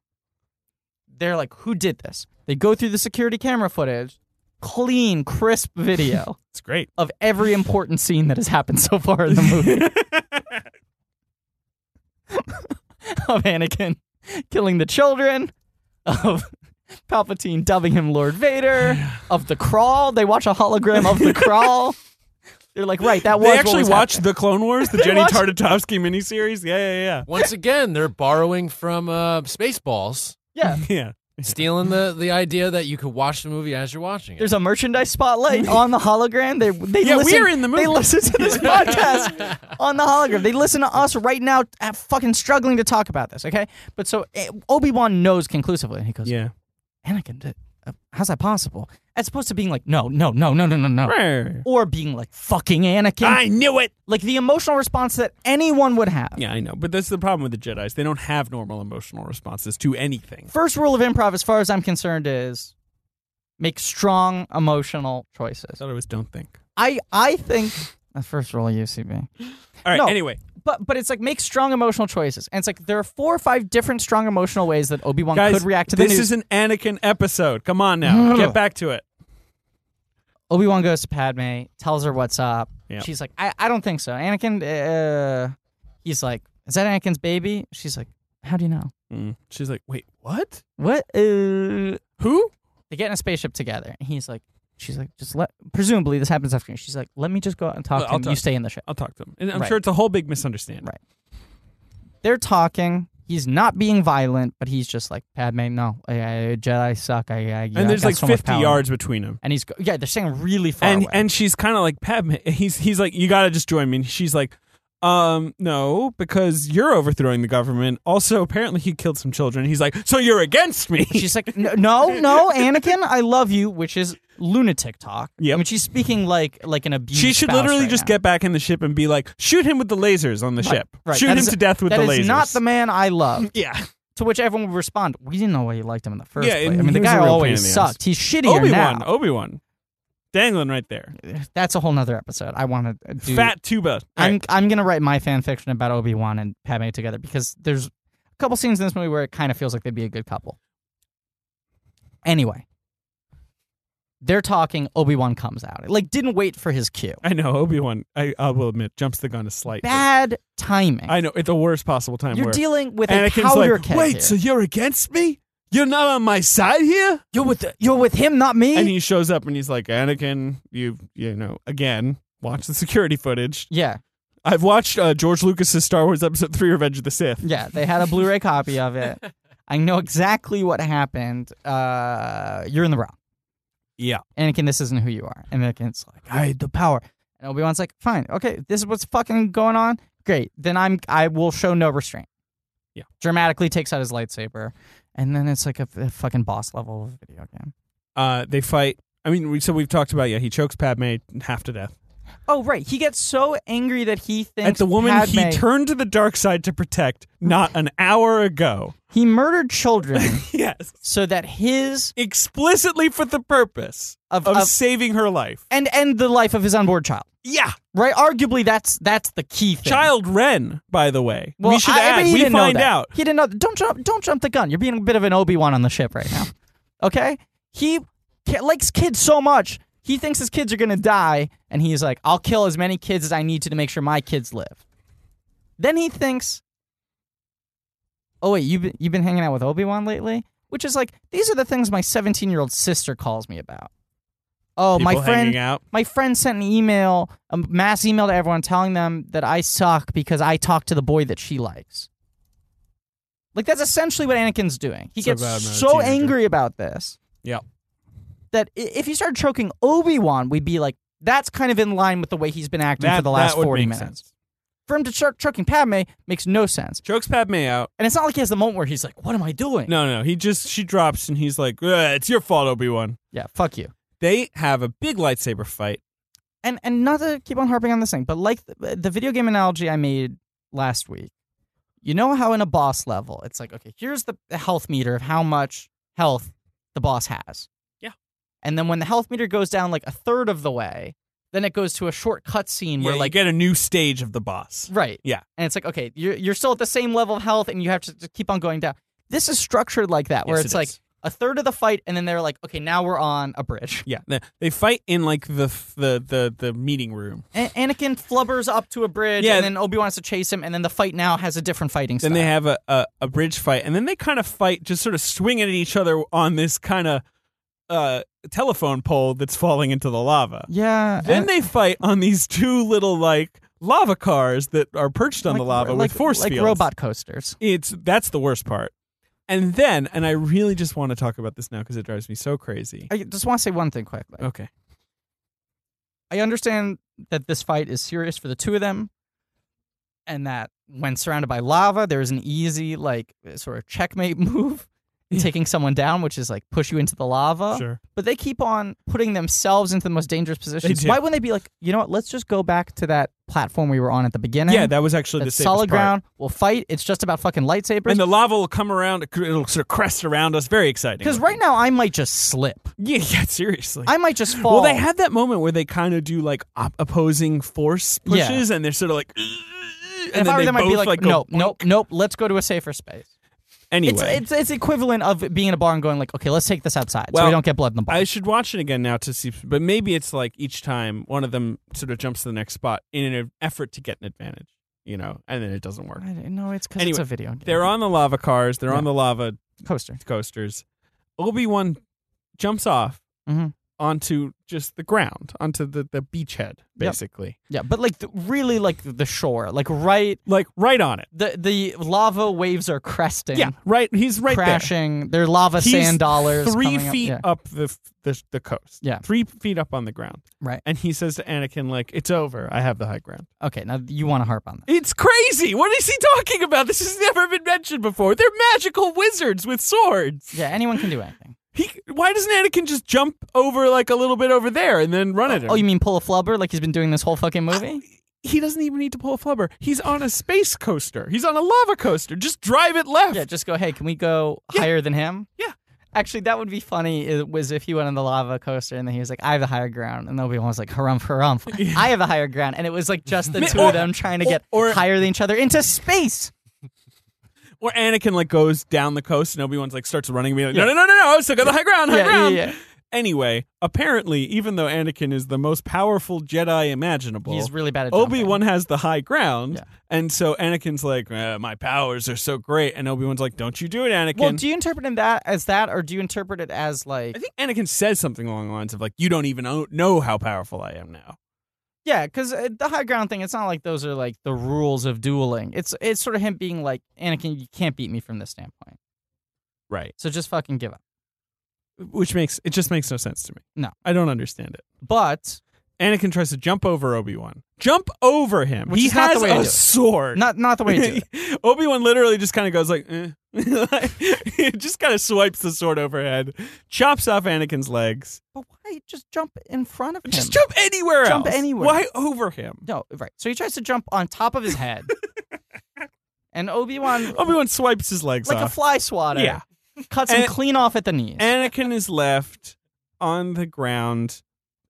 A: They're like, who did this? They go through the security camera footage, clean, crisp
B: *laughs*
A: video
B: It's great.
A: of every important scene that has happened so far in the movie
B: *laughs*
A: *laughs* of Anakin killing the children, of Palpatine dubbing him Lord
B: *sighs*
A: Vader, of the crawl. They watch a hologram of the
B: *laughs*
A: crawl. They're like, right, that was
B: They
A: what
B: actually
A: was
B: watched
A: happening.
B: the Clone
A: *laughs*
B: Wars, the Jenny
A: watched-
B: Tartatovsky miniseries. Yeah, yeah, *laughs*
C: Once again, they're borrowing from uh, Spaceballs,
A: Yeah.
B: yeah. Yeah.
C: stealing the, the idea that you could watch the movie as you're watching it.
A: There's a merchandise spotlight
B: *laughs*
A: on the hologram. They they
B: Yeah,
A: listen,
B: we're in the movie.
A: They listen to
B: *laughs*
A: this podcast on the hologram. They listen to us right now, uh, fucking struggling to talk about this. Okay, but so Obi Wan knows conclusively, and he goes,
B: Yeah.
A: "Anakin, d- uh, how's that possible?" As opposed to being like, "No, no, no, no, no, no, no,"
B: Right.
A: or being like, "Fucking Anakin,"
B: I knew it.
A: like the emotional response that anyone would have.
B: Yeah, I know. But that's the problem with the Jedi's. They don't have normal emotional responses to anything.
A: First rule of improv, as far as I'm concerned, is make strong emotional
B: I
A: choices.
B: thought it was don't think.
A: I I think. The first rule of UCB.
B: All right.
A: No.
B: Anyway,
A: but but it's like make strong emotional choices, and it's like there are four or five different strong emotional ways that Obi Wan
B: guys,
A: could react to the
B: this
A: news.
B: is an Anakin episode. Come on now, get back to it.
A: Obi Wan goes to Padme, tells her what's up.
B: Yep.
A: She's like, I, I don't think so. Anakin, uh, he's like, is that Anakin's baby? She's like, how do you know?
B: Mm. She's like, wait, what?
A: What? Uh,
B: Who?
A: they get in a spaceship together, and he's like, she's like, just let. Presumably this happens after. She's like, let me just go out and talk
B: Look,
A: to
B: I'll
A: him.
B: talk-
A: You stay in the ship.
B: I'll talk to him. And I'm
A: Right.
B: sure it's a whole big misunderstanding.
A: Right. They're talking. He's not being violent, but he's just like Padme. No, I, I, Jedi suck. I, I yeah, I
B: and there's
A: got
B: like
A: so much
B: 50
A: power."
B: yards between them.
A: and he's go- yeah, they're staying really far
B: And
A: away.
B: and she's kind of like Padme. He's he's like you got to just join me. And she's like, um, no, because you're overthrowing the government. Also, apparently he killed some children. He's like, so you're against me.
A: she's like, no, no, no, Anakin, I love you, which is lunatic talk.
B: Yep.
A: I mean, she's speaking like like an abused.
B: She should
A: spouse
B: literally
A: right
B: just
A: now.
B: get back in the ship and be like, shoot him with the lasers on the ship.
A: right.
B: Shoot
A: That
B: him
A: is-
B: to death with
A: That
B: the
A: is
B: lasers.
A: not the man I love.
B: *laughs* yeah.
A: To which everyone would respond, "We didn't know why you liked him in the first
B: Yeah,
A: place. I
B: and
A: mean, the
B: he was
A: guy
B: a real pain
A: always
B: in the ass.
A: sucked. He's shittier
B: Obi Wan.
A: now.
B: Obi Wan. Dangling right there.
A: That's a whole nother episode. I want to do.
B: Fat tuba.
A: I'm
B: Right.
A: I'm gonna write my fan fiction about Obi Wan and Padme together because there's a couple scenes in this movie where it kind of feels like they'd be a good couple. Anyway, they're talking. Obi Wan comes out. It, like didn't wait for his cue.
B: I know Obi Wan. I, I will admit, jumps the gun a slight.
A: Bad timing.
B: I know at the worst possible time.
A: You're
B: where
A: dealing with a
B: Anakin's
A: powder
B: like,
A: keg.
B: wait,
A: here.
B: so you're against me? You're not on my side here?
A: you're with the, you're with him, not me.
B: And he shows up and he's like, Anakin, you you know, again, watch the security footage.
A: yeah,
B: I've watched uh, George Lucas's Star Wars Episode Three: Revenge of the Sith.
A: yeah. They had a Blu-ray copy of *laughs* it. I know exactly what happened. Uh, you're in the wrong.
B: Yeah.
A: Anakin, this isn't who you are. And Anakin's like, I had the power. And Obi Wan's like, fine, okay, this is what's fucking going on. Great, then I'm I will show no restraint.
B: Yeah.
A: dramatically takes out his lightsaber, and then it's like a, a fucking boss level of a video game.
B: Uh, they fight. I mean, we, so we've talked about yeah. He chokes Padme half to death.
A: Oh right, he gets so angry that he thinks
B: At the woman he
A: Padme-
B: turned to the dark side to protect not an
A: *laughs*
B: hour ago.
A: he murdered
B: *laughs*
A: children
B: yes,
A: so that his
B: explicitly for the purpose
A: Of-
B: of,
A: of-
B: saving her life.
A: and end the life of his unborn child.
B: Yeah,
A: Right, arguably that's that's the key thing.
B: child Ren. By the way,
A: Well,
B: we should
A: I, I
B: add.
A: mean, he
B: we
A: didn't know
B: find
A: that.
B: out.
A: He didn't know. Don't jump. Don't jump the gun. You're being a bit of an Obi Wan on the ship right now. okay. He ca- likes kids so much. He thinks his kids are gonna die, and he's like, "I'll kill as many kids as I need to to make sure my kids live." Then he thinks, "Oh wait, you've been, you've been hanging out with Obi Wan lately," which is like, these are the things my 17 year old sister calls me about. Oh, my
B: People
A: friend,
B: hanging out.
A: my friend sent an email, a mass email to everyone telling them that I suck because I talked to the boy that she likes. Like that's essentially what Anakin's doing. He
B: So
A: gets
B: glad I'm not a
A: so
B: teenager.
A: angry about this
B: Yeah.
A: that i- if he started choking Obi Wan, we'd be like, that's kind of in line with the way he's been acting for the last
B: would
A: forty
B: make
A: minutes.
B: sense.
A: For him to start choking Padme makes no sense,
B: Chokes Padme out.
A: and it's not like he has the moment where he's like, "What am I doing?"
B: No, no, he just she drops and he's like, "Ugh, "It's your fault, Obi Wan."
A: Yeah, fuck you.
B: They have a big lightsaber fight.
A: and and not to keep on harping on this thing, but like the, the video game analogy I made last week, you know how in a boss level, it's like, okay, here's the, the health meter of how much health the boss has.
B: Yeah.
A: And then when the health meter goes down like a third of the way, then it goes to a short cutscene
B: Where
A: where like
B: yeah, like get a new stage of the boss.
A: Right.
B: Yeah.
A: And it's like, okay, you're you're still at the same level of health and you have to just keep on going down. This is structured like that, where
B: Yes,
A: it's
B: it
A: like
B: is.
A: a third of the fight, and then they're like, okay, now we're on a bridge.
B: Yeah, they- they fight in like the f- the the, the meeting room.
A: A- Anakin flubbers up to a bridge,
B: Yeah.
A: and then Obi Wan has to chase him, and then the fight now has a different fighting style.
B: Then they have a, a a bridge fight, and then they kind of fight, just sort of swinging at each other on this kind of uh telephone pole that's falling into the lava.
A: yeah,
B: Then they fight on these two little like lava cars that are perched on the lava
A: like,
B: with force
A: like
B: fields.
A: robot coasters.
B: It's that's the worst part. And then, and I really just want to talk about this now because it drives me so crazy.
A: I just want to say one thing quickly.
B: Okay.
A: I understand that this fight is serious for the two of them, and that when surrounded by lava, there is an easy like sort of checkmate *laughs* move, in
B: Yeah.
A: taking someone down, which is like push you into the lava.
B: Sure.
A: But they keep on putting themselves into the most dangerous positions.
B: do.
A: Why wouldn't they be like, you know what? Let's just go back to that platform we were on at the beginning.
B: Yeah, that was actually the
A: That's
B: safest
A: solid
B: part.
A: ground. We'll fight. It's just about fucking lightsabers.
B: And the lava will come around. It'll sort of crest around us. Very exciting.
A: Because right now I might just slip.
B: yeah, *laughs* yeah, seriously.
A: I might just fall.
B: well, they had that moment where they kind of do like op- opposing force
A: Yeah.
B: pushes, and they're sort of like, and,
A: And if
B: then
A: I were
B: they
A: them,
B: both
A: I'd be like,
B: go,
A: nope, nope, nope. Let's go to a safer space.
B: Anyway,
A: It's, it's it's equivalent of being in a bar and going like, okay, let's take this outside so
B: Well,
A: we don't get blood in the bar.
B: I should watch it again now to see, but maybe it's like each time one of them sort of jumps to the next spot in an effort to get an advantage, you know, and then it doesn't work.
A: I didn't know it's because it's
B: Anyway,
A: a video game.
B: They're on the lava cars. They're on
A: Yeah.
B: the lava
A: coaster.
B: coasters. Obi Wan jumps off
A: Mhm.
B: onto just the ground, onto the, the beachhead, basically.
A: Yeah, but like the, really like the shore, like right
B: Like right on it.
A: the the lava waves are cresting,
B: Yeah, right. He's right
A: crashing. They're lava
B: there. He's
A: sand dollars
B: three
A: coming
B: feet
A: up. Yeah.
B: the, f- the the coast.
A: Yeah.
B: three feet up on the ground.
A: Right.
B: And he says to Anakin, "Like it's over. I have the high ground."
A: Okay, now you want to harp on that.
B: It's crazy. What is he talking about? This has never been mentioned before. They're magical wizards with swords.
A: Yeah, anyone can do anything.
B: He why doesn't Anakin just jump over like a little bit over there and then run at him?
A: Oh, you mean pull a flubber like he's been doing this whole fucking movie?
B: he doesn't even need to pull a flubber. He's on a space coaster. He's on a lava coaster. Just drive it left.
A: Yeah, just go, hey, can we go higher than him?
B: Yeah.
A: Actually, that would be funny. It was if he went on the lava coaster and then he was like, I have the higher ground. And everyone was like, harumph,
B: *laughs*
A: harumph. I have the higher ground. And it was like just the two
B: or-
A: of them trying to
B: or-
A: get
B: or-
A: higher than each other into
B: *laughs*
A: space.
B: Or Anakin like goes down the coast and Obi Wan's like starts running. And be like, no, no, no, no, no. I still got the high ground. High
A: Yeah, yeah,
B: ground.
A: yeah.
B: Anyway, apparently, even though Anakin is the most powerful Jedi imaginable,
A: He's really bad at jumping.
B: Obi Wan has the high ground,
A: Yeah.
B: and so Anakin's like, uh, "My powers are so great," and Obi Wan's like, "Don't you do it, Anakin."
A: Well, do you interpret him that as that, or do you interpret it as like,
B: I think Anakin says something along the lines of like, "You don't even o- know how powerful I am now."
A: yeah, because the high ground thing? It's not like those are like the rules of dueling. It's it's sort of him being like, Anakin, you can't beat me from this standpoint.
B: Right,
A: So just fucking give up.
B: which makes it just makes no sense to me.
A: No.
B: I don't understand it.
A: But
B: Anakin tries to jump over Obi Wan. Jump over him.
A: Which
B: he
A: is not the
B: has
A: way to
B: a
A: do it.
B: sword.
A: not not the way to do it.
B: *laughs* Obi Wan literally just kind of goes like, eh. *laughs* He just kind of swipes the sword overhead, chops off Anakin's legs.
A: *laughs* But why just jump in front of him?
B: Just jump anywhere
A: Jump
B: else.
A: anywhere.
B: Why over him?
A: No, right. So he tries to jump on top of his *laughs* head, and Obi Wan,
B: Obi Wan swipes his legs
A: like a
B: off.
A: fly swatter,
B: yeah.
A: cuts him
B: And-
A: clean off at the knees.
B: Anakin is left on the ground,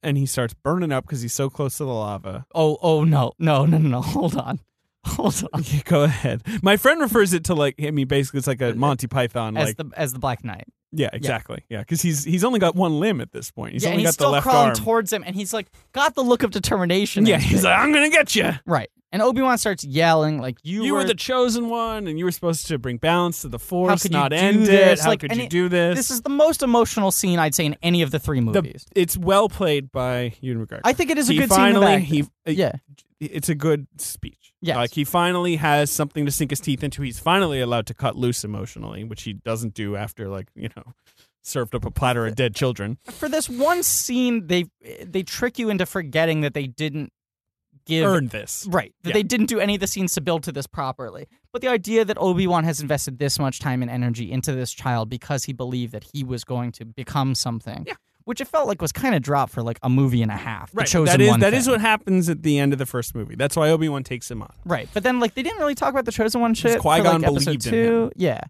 B: and he starts burning up because he's so close to the lava.
A: oh, oh no, no, no, no, no! Hold on, hold on.
B: Okay, *laughs* go ahead. My friend refers it to like I mean, basically, it's like a Monty Python.
A: As
B: Like,
A: the as the Black Knight,
B: yeah, exactly. Yeah, because he's he's only got one limb at this point. He's
A: yeah, and
B: only
A: he's
B: got the
A: still
B: left
A: crawling
B: arm.
A: towards him, and he's like got the look of determination. in
B: yeah,
A: his
B: he's
A: face.
B: like, I'm gonna get you.
A: right. And Obi Wan starts yelling like, "You,
B: You, were, the chosen one, and you were supposed to bring balance to the force,
A: could you
B: not
A: do
B: end
A: this?
B: it. How
A: Like,
B: could
A: and
B: you
A: it-
B: do this?
A: This is the most emotional scene I'd say in any of the three
B: the,
A: movies.
B: it's well played by Ewan McGregor.
A: I think it is a
B: he
A: good
B: finally
A: scene. in the back.
B: he uh,
A: yeah,
B: it's a good speech.
A: Yes.
B: Like he finally has something to sink his teeth into. He's finally allowed to cut loose emotionally, which he doesn't do after like, you know, served up a platter of dead children.
A: for this one scene, they they trick you into forgetting that they didn't give
B: Earn this.
A: right that
B: Yeah.
A: they didn't do any of the scenes to build to this properly. But the idea that Obi Wan has invested this much time and energy into this child because he believed that he was going to become something,
B: Yeah.
A: which it felt like was kind of dropped for like a movie and a half. The
B: Right.
A: chosen
B: That is
A: one
B: that is
A: thing.
B: what happens at the end of the first movie. That's why Obi-Wan takes him on.
A: right. But then like they didn't really talk about the chosen one shit. for,
B: Qui-Gon
A: like, episode
B: believed in
A: two.
B: him.
A: Yeah.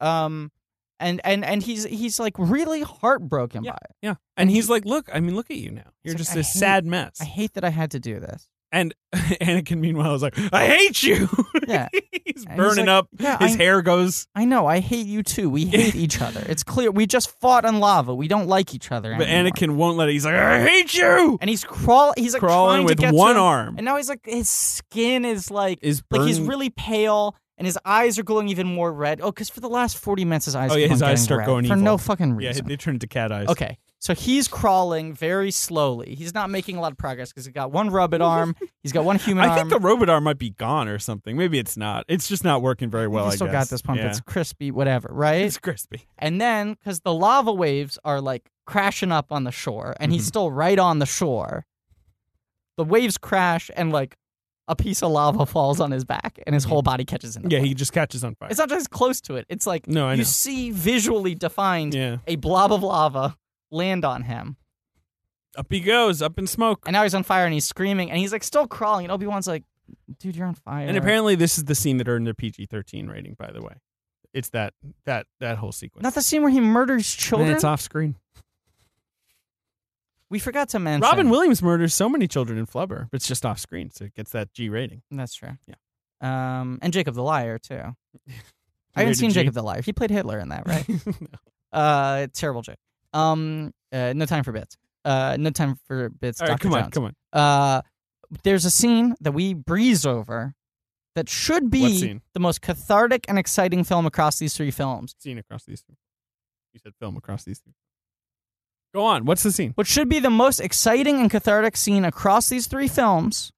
A: Um. And, and and he's he's like really heartbroken by it.
B: Yeah. And he's like, "Look, I mean, look at you now. You're
A: like,
B: just
A: I
B: this
A: hate-
B: sad mess."
A: I hate that I had to do
B: *laughs*
A: this.
B: and Anakin meanwhile is like, "I hate you." *laughs*
A: Yeah.
B: he's
A: And he's
B: burning
A: like,
B: up.
A: yeah,
B: His
A: I-
B: hair goes
A: I know. I hate you too.
B: *laughs*
A: We hate each other. It's clear. We just fought on lava. We don't like each other.
B: but
A: anymore.
B: Anakin won't let it. He's like, "I hate you."
A: and he's crawl. He's like
B: Crawling
A: trying
B: with
A: to get to
B: one
A: him,
B: arm.
A: and now he's like his skin is like
B: Is
A: like he's
B: burning-
A: really pale, and his eyes are glowing even more red. Oh, because for the last forty minutes his eyes.
B: Oh, yeah,
A: keep on
B: his eyes
A: getting
B: start
A: red
B: going
A: for
B: evil.
A: no fucking
B: Yeah,
A: reason.
B: they turn into cat eyes.
A: okay, so he's crawling very slowly. He's not making a lot of progress because he's got one
B: *laughs*
A: rubbed arm. He's got one human
B: I
A: arm.
B: think the robot arm might be gone or something. Maybe it's not. It's just not working very well.
A: you
B: I
A: still
B: guess.
A: got this pump.
B: Yeah.
A: It's crispy, whatever, right?
B: It's crispy.
A: And then, because the lava waves are like crashing up on the shore, and
B: Mm-hmm.
A: he's still right on the shore, the waves crash and like a piece of lava *laughs* falls on his back, and his whole body catches in. the
B: Mm-hmm. Yeah,
A: fire.
B: he just catches on fire.
A: it's not just close to it. It's like
B: No, I
A: you
B: know.
A: see visually defined
B: Yeah,
A: a blob of lava land on him,
B: up he goes, up in smoke.
A: and now he's on fire, and he's screaming, and he's like still crawling, and Obi Wan's like, "Dude, you're on fire."
B: And apparently, this is the scene that earned their PG thirteen rating. By the way, it's that that that whole sequence.
A: Not the scene where he murders
B: And
A: children.
B: it's off screen.
A: we forgot to mention
B: Robin Williams murders so many children in Flubber, but it's just off screen, so it gets that G rating. *laughs*
A: That's true.
B: Yeah.
A: Um, and Jacob the Liar
B: *laughs*
A: too. I haven't
B: Rated
A: seen
B: G.
A: Jacob the Liar. He played Hitler in that, right?
B: *laughs*
A: uh, terrible joke. Um, uh, no time for bits. Uh, no time for bits.
B: All right,
A: Dr.
B: come on,
A: Jones.
B: come on.
A: Uh, there's a scene that we breeze over that should
B: What
A: be
B: scene?
A: the most cathartic and exciting film across these three films.
B: Scene across these. Two. You said film across these. Two. Go on. What's the scene?
A: What should be the most exciting and cathartic scene across these three films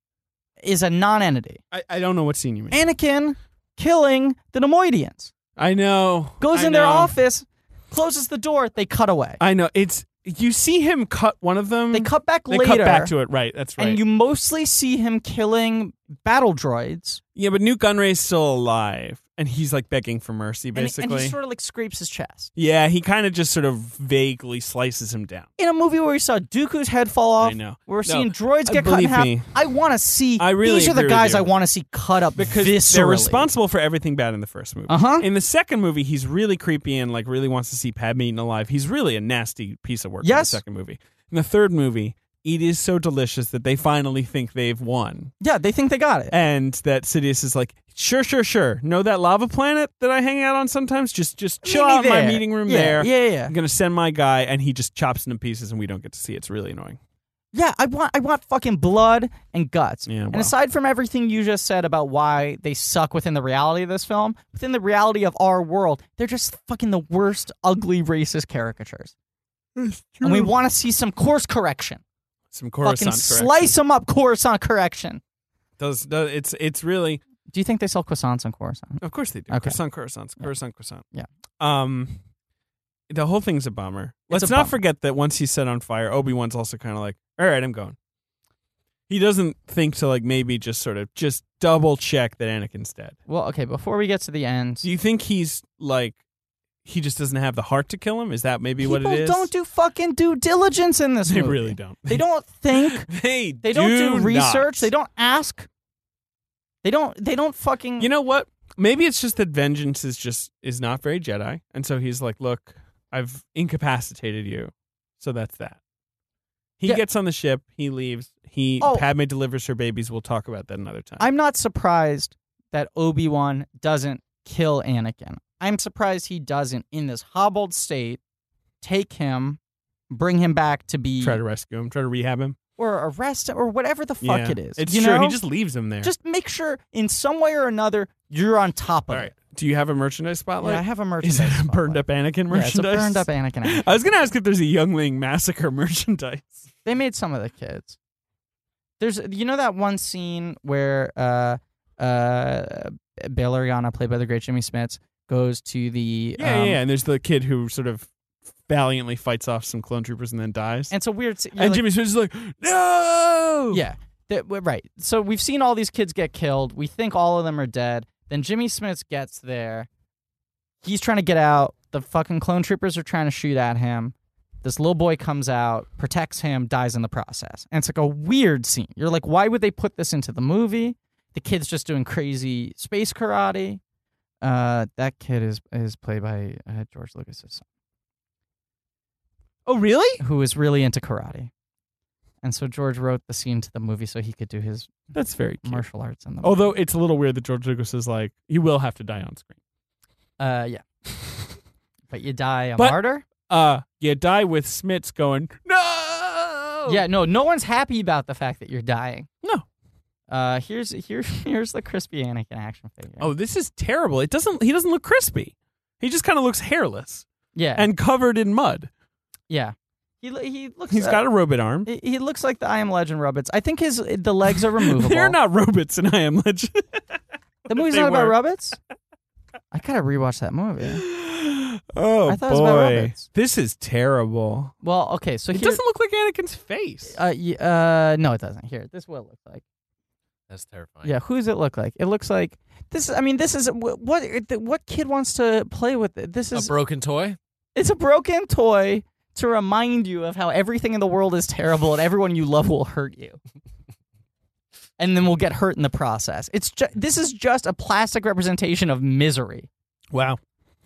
A: is a nonentity.
B: I, I don't know what scene you mean.
A: Anakin killing the Nemoidians.
B: I know.
A: goes
B: I
A: in their
B: know.
A: office, closes the door, they cut away.
B: I know. It's you see him cut one of them.
A: they cut back
B: Um, They
A: later.
B: cut back to it. Right. That's right.
A: And you mostly see him killing battle droids,
B: Yeah, but Newt Gunray's still alive, and he's like begging for mercy,
A: and,
B: basically.
A: and he sort of like scrapes his chest.
B: yeah, he kind of just sort of vaguely slices him down.
A: In a movie where we saw Dooku's head fall
B: I
A: off,
B: know.
A: we're
B: No,
A: seeing droids
B: uh,
A: get cut in
B: believe
A: half.
B: me.
A: I want to see.
B: I really
A: these are
B: agree
A: the
B: with
A: guys
B: you.
A: I want to see cut up
B: because
A: viscerally.
B: they're responsible for everything bad in the first movie.
A: Uh huh.
B: In the second movie, he's really creepy and like really wants to see Padme eaten alive. He's really a nasty piece of work in the
A: Yes.
B: second movie. In the third movie, it is so delicious that they finally think they've won.
A: Yeah, they think they got it.
B: And that Sidious is like, sure, sure, sure. Know that lava planet that I hang out on sometimes? Just just chill
A: Meet me
B: out in my
A: there.
B: meeting room
A: Yeah,
B: there.
A: Yeah, yeah,
B: I'm gonna send my guy and he just chops into pieces and we don't get to see it. It's really annoying.
A: yeah. I want, I want fucking blood and guts.
B: Yeah.
A: And
B: wow.
A: aside from everything you just said about why they suck within the reality of this film, within the reality of our world, they're just fucking the worst, ugly, racist caricatures. And we want to see some course correction.
B: Some Coruscant
A: fucking
B: correction.
A: slice them up, Coruscant correction.
B: Does, does it's it's really
A: Do you think they sell croissants on Coruscant?
B: Of course they do.
A: Okay.
B: Croissant, croissants, croissant, croissant.
A: Yeah.
B: Um, the whole thing's a bummer. Let's
A: a
B: not
A: bummer.
B: forget that once he's set on fire, Obi Wan's also kind of like, "All right, I'm going." He doesn't think to like maybe just sort of just double check that Anakin's dead.
A: Well, okay. Before we get to the end,
B: Do you think he's like he just doesn't have the heart to kill him? Is that maybe
A: people
B: what it is?
A: don't do fucking due diligence in this
B: They
A: movie.
B: really don't.
A: They don't think.
B: *laughs* they
A: They don't do,
B: do
A: research.
B: not.
A: They don't ask. They don't. They don't fucking.
B: You know what? Maybe it's just that vengeance is just is not very Jedi, and so he's like, "Look, I've incapacitated you, so that's that." He
A: Yeah.
B: gets on the ship. He leaves. He
A: Oh.
B: Padme delivers her babies. We'll talk about that another time.
A: I'm not surprised that Obi Wan doesn't kill Anakin. I'm surprised he doesn't, in this hobbled state, take him, bring him back to be
B: try to rescue him. Try to rehab him.
A: or arrest him or whatever the fuck
B: Yeah.
A: it is.
B: It's
A: you
B: true.
A: Know?
B: He just leaves him there.
A: Just make sure in some way or another you're on top
B: all
A: of
B: right.
A: it.
B: Do you have a merchandise spotlight?
A: yeah, I have a
B: Is
A: merchandise.
B: it a
A: spotlight.
B: burned up Anakin
A: Yeah, it's a
B: merchandise?
A: burned up Anakin. action.
B: *laughs* I was gonna ask if there's a Youngling massacre *laughs* merchandise.
A: They made some of the kids. There's you know that one scene where uh uh Bail Organa, played by the great Jimmy Smits, goes to the
B: Yeah, yeah,
A: um,
B: yeah. And there's the kid who sort of valiantly fights off some clone troopers and then dies.
A: And it's a weird. scene. You're
B: And
A: like-
B: Jimmy Smith is like, no.
A: Yeah, that, w- right. So we've seen all these kids get killed. We think all of them are dead. Then Jimmy Smith gets there. He's trying to get out. The fucking clone troopers are trying to shoot at him. This little boy comes out, protects him, dies in the process. And it's like a weird scene. You're like, why would they put this into the movie? The kid's just doing crazy space karate. Uh, that kid is is played by uh, George Lucas's son
B: Oh, really?
A: who was really into karate. And so George wrote the scene to the movie so he could do his
B: That's very cute.
A: martial arts in the movie.
B: Although it's a little weird that George Lucas is like, you will have to die on screen.
A: Uh,
B: *laughs*
A: yeah. But you die a
B: But-
A: martyr?
B: Uh, you die with Smits going, no.
A: Yeah, no, no one's happy about the fact that you're dying.
B: Oh. No.
A: Uh, here's here, *laughs* here's the crispy Anakin action figure.
B: Oh, this is terrible. It doesn't. He doesn't look crispy. He just kind of looks hairless
A: yeah,
B: and covered in mud.
A: yeah. He lo- he looks.
B: He's
A: uh,
B: got a robot arm.
A: he- He looks like the I Am Legend Rubbits. I think his the legs
B: *laughs*
A: are removable.
B: They're not robots in I Am Legend.
A: the movie's
B: they
A: not about
B: were. *laughs*
A: Rubbits. I gotta rewatch that movie.
B: oh
A: I thought it was about
B: boy,
A: robots.
B: this is terrible.
A: Well, okay, so
B: it
A: here,
B: doesn't look like Anakin's face.
A: uh, y- uh, no, it doesn't. Here, this will look like.
C: That's terrifying.
A: Yeah, who does it look like? It looks like this. is- I mean, this is what what, what kid wants to play with it? This
C: A
A: is
C: broken toy?
A: It's a broken toy to remind you of how everything in the world is terrible and everyone you love will hurt you. and then we'll get hurt in the process. It's ju- this is just a plastic representation of misery.
B: wow.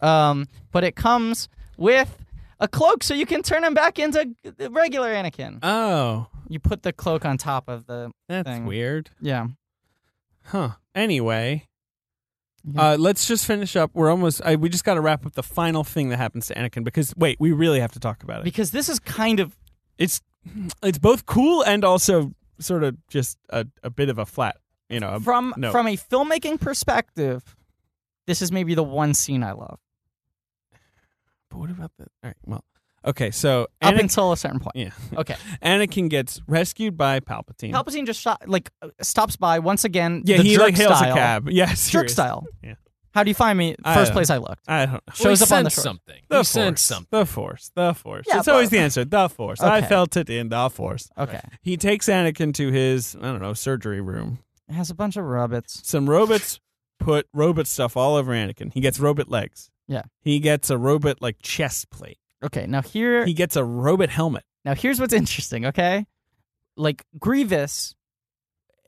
A: Um, but it comes with a cloak so you can turn him back into g- regular Anakin.
B: Oh,
A: You put the cloak on top of the
B: that's
A: Thing.
B: weird.
A: yeah.
B: Huh. Anyway,
A: Yeah.
B: uh, let's just finish up. We're almost. I, we just got to wrap up the final thing that happens to Anakin because wait, we really have to talk about it.
A: Because this is kind of
B: It's it's both cool and also sort of just a, a bit of a flat. You know, a-
A: from
B: Um, no.
A: from a filmmaking perspective, this is maybe the one scene I love.
B: But what about the? All right. Well, okay. So
A: Up
B: Anakin,
A: until a certain point.
B: yeah,
A: Okay.
B: Anakin gets rescued by Palpatine.
A: Palpatine just shot, like uh, stops by once again.
B: yeah,
A: the
B: he
A: jerk
B: like hails
A: style.
B: a cab. *laughs* Yeah,
A: Jerk
B: serious.
A: style.
B: Yeah.
A: How do you find me?
B: I uh,
A: First
B: don't
A: place I looked.
B: I don't. know.
A: Shows
C: he
A: up on the
C: sensed
A: shore.
C: something.
B: The
C: he
B: force.
C: sensed something.
B: The force. The force.
A: Yeah,
B: it's always
A: but-
B: the answer. The force. I
A: Okay.
B: felt it in the force.
A: Okay.
B: He takes Anakin to his, I don't know, surgery room.
A: It has a bunch of rabbits.
B: Some robots put robot stuff all over Anakin. He gets robot legs.
A: Yeah.
B: He gets a robot like chest plate.
A: Okay, now here
B: He gets a robot helmet.
A: Now, here's what's interesting, okay? Like Grievous,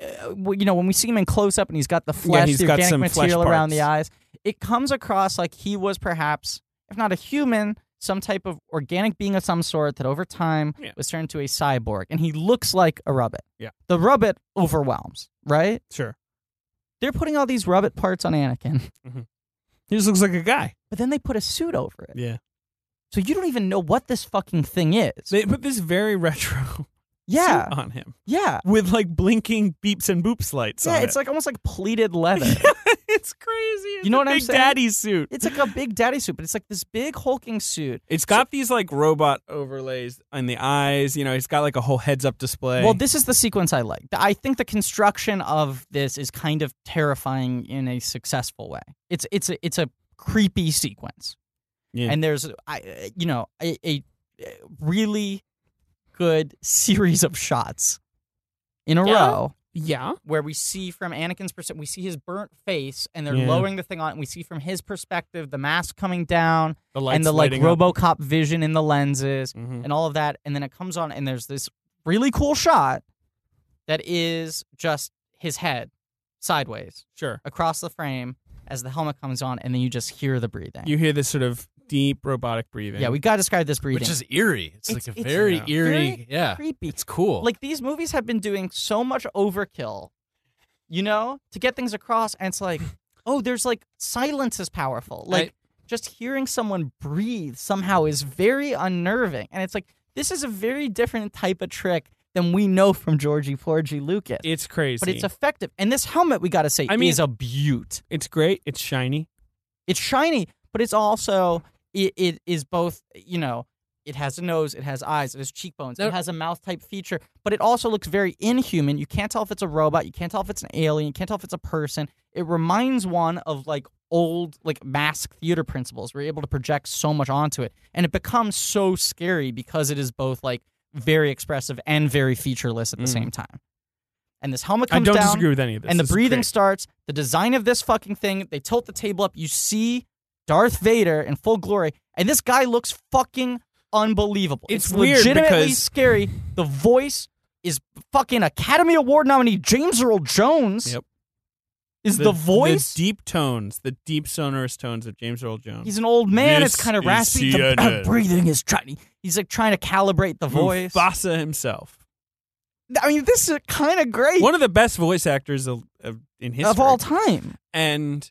A: uh, w- you know, when we see him in close up and he's got the flesh,
B: he's
A: the
B: got
A: organic
B: some flesh
A: material around
B: parts.
A: the eyes, it comes across like he was perhaps, if not a human, some type of organic being of some sort that over time
B: Yeah.
A: was turned to a cyborg, and he looks like a rabbit.
B: Yeah.
A: the rabbit overwhelms, right?
B: Sure.
A: They're putting all these rabbit parts on Anakin,
B: He just looks like a guy.
A: but then they put a suit over it,
B: Yeah.
A: so you don't even know what this fucking thing is.
B: They put this very retro *laughs*
A: yeah,
B: suit on him
A: yeah,
B: with like blinking beeps and boops lights
A: yeah.
B: on
A: It's
B: it.
A: like almost like pleated
B: *laughs*
A: leather.
B: it's crazy. It's
A: You know
B: a
A: what I'm
B: Big
A: saying?
B: Daddy suit.
A: It's like a big daddy suit, but it's like this big hulking suit.
B: It's got these like robot overlays on the eyes. You know, it's got like a whole heads up display.
A: Well, this is the sequence I like. I think the construction of this is kind of terrifying in a successful way. It's it's a, it's a creepy sequence,
B: Yeah.
A: and there's I you know a, a really good series of shots in a
B: Yeah.
A: row
B: yeah.
A: where we see from Anakin's perspective, we see his burnt face, and they're
B: Yeah.
A: lowering the thing on, and we see from his perspective the mask coming down
B: The
A: and the like RoboCop vision in the lenses.
C: Mm-hmm.
B: hmm
A: and all of that. And then it comes on, and there's this really cool shot that is just his head sideways
B: Sure.
A: across the frame as the helmet comes on, and then you just hear the breathing.
B: You hear this sort of deep robotic breathing.
A: yeah, we got to describe this breathing.
C: which is eerie. It's,
A: It's-
C: like a
A: it's
C: very
B: yeah.
C: eerie.
A: Very
C: yeah,
A: creepy.
C: it's cool.
A: Like these movies have been doing so much overkill, you know, to get things across. And it's
B: *laughs*
A: like, oh, there's like silence is powerful. Like just hearing someone breathe somehow is very unnerving. And it's like, this is a very different type of trick than we know from Georgie Porgy Lucas.
B: It's crazy.
A: but it's effective. And this helmet, we got to say,
B: I mean-
A: is a beaut.
B: It's great. It's shiny.
A: It's shiny, but it's also, it, it is both, you know, it has a nose, it has eyes, it has cheekbones,
C: No.
A: it has a mouth type feature, but it also looks very inhuman. You can't tell if it's a robot, you can't tell if it's an alien, you can't tell if it's a person. It reminds one of like old like mask theater principles. We're able to project so much onto it, and it becomes so scary because it is both like very expressive and very featureless at the
B: Mm.
A: same time. And this helmet
B: I
A: comes
B: don't
A: down
B: disagree with any of this.
A: and the
B: This is
A: breathing
B: great.
A: starts. The design of this fucking thing, they tilt the table up. You see Darth Vader in full glory, and this guy looks fucking unbelievable.
B: It's weird
A: legitimately
B: because-
A: scary. The voice is fucking Academy Award nominee James Earl Jones.
B: Yep.
A: Is the, voice?
B: the deep tones, the deep sonorous tones of James Earl Jones.
A: He's an old man.
B: This
A: it's kind of
B: is
A: raspy. The
B: CNN.
A: breathing is trying. He's like trying to calibrate the voice.
B: Mufasa himself,
A: I mean, this is kind of great
B: one of the best voice actors of, of, in history
A: of all time.
B: And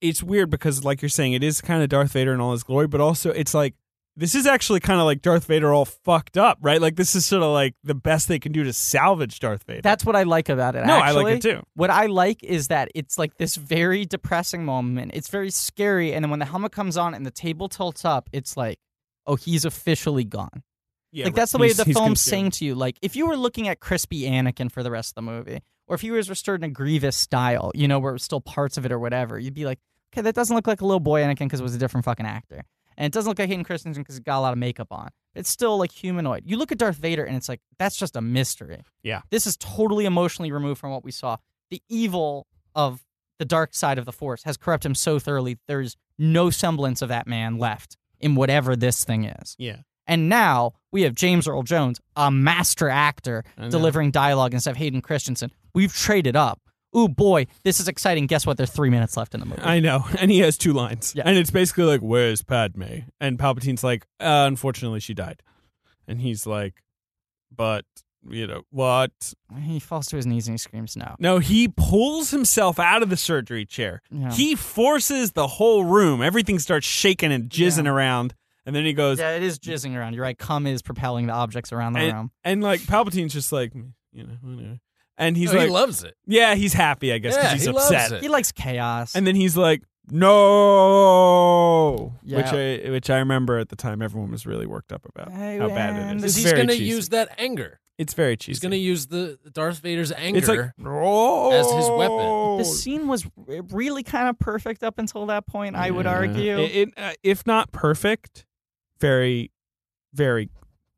B: it's weird because, like you're saying, it is kind of Darth Vader in all his glory, but also it's like this is actually kind of like Darth Vader all fucked up, right? Like this is sort of like the best they can do to salvage Darth Vader.
A: That's what I like about it.
B: no,
A: actually.
B: I like it too.
A: What I like is that it's like this very depressing moment. It's very scary. And then when the helmet comes on and the table tilts up, it's like, oh, he's officially gone.
B: Yeah,
A: like,
B: right.
A: that's the way
B: He's-
A: the
B: he's
A: film's
B: consumed.
A: saying to you. Like, if you were looking at crispy Anakin for the rest of the movie, or if he was restored in a grievous style, you know, where it was still parts of it or whatever, you'd be like, okay, that doesn't look like a little boy Anakin because it was a different fucking actor. And it doesn't look like Hayden Christensen because he's got a lot of makeup on. It's still like humanoid. You look at Darth Vader and it's like, that's just a mystery.
B: Yeah.
A: This is totally emotionally removed from what we saw. The evil of the dark side of the force has corrupted him so thoroughly, there's no semblance of that man left in whatever this thing is.
B: Yeah.
A: And now we have James Earl Jones, a master actor,
B: I know.
A: delivering dialogue instead of Hayden Christensen. We've traded up. Ooh, boy, this is exciting. Guess what? There's three minutes left in the movie.
B: I know, *laughs* and he has two lines,
A: Yeah.
B: and it's basically like, "Where's Padme?" And Palpatine's like, uh, "Unfortunately, she died," and he's like, "But you know what?
A: he falls to his knees and he screams, no.
B: No, he pulls himself out of the surgery chair.
A: Yeah.
B: He forces the whole room. Everything starts shaking and jizzing
A: Yeah.
B: around. And then he goes,
A: Yeah, it is jizzing around. You're right. Cum is propelling the objects around the room.
B: and like Palpatine's just like, "Mm, you know, whatever." And he's
C: Oh,
B: like,
C: he loves it.
B: yeah, he's happy, I guess, because
C: Yeah,
B: he's
C: he loves
B: upset.
C: it.
A: He likes chaos.
B: And then he's like, no,
A: Yeah.
B: which I which I remember at the time everyone was really worked up about
A: Hey,
B: how bad
A: man,
B: it is.
A: this
B: It's
C: He's
B: very
C: going to
B: cheesy.
C: use that anger.
B: It's very cheesy.
C: He's going to use the Darth Vader's anger.
B: It's like no.
C: as his weapon.
A: the scene was r- really kind of perfect up until that point, I would
B: Yeah.
A: argue.
B: It- it, uh, if not perfect, very, very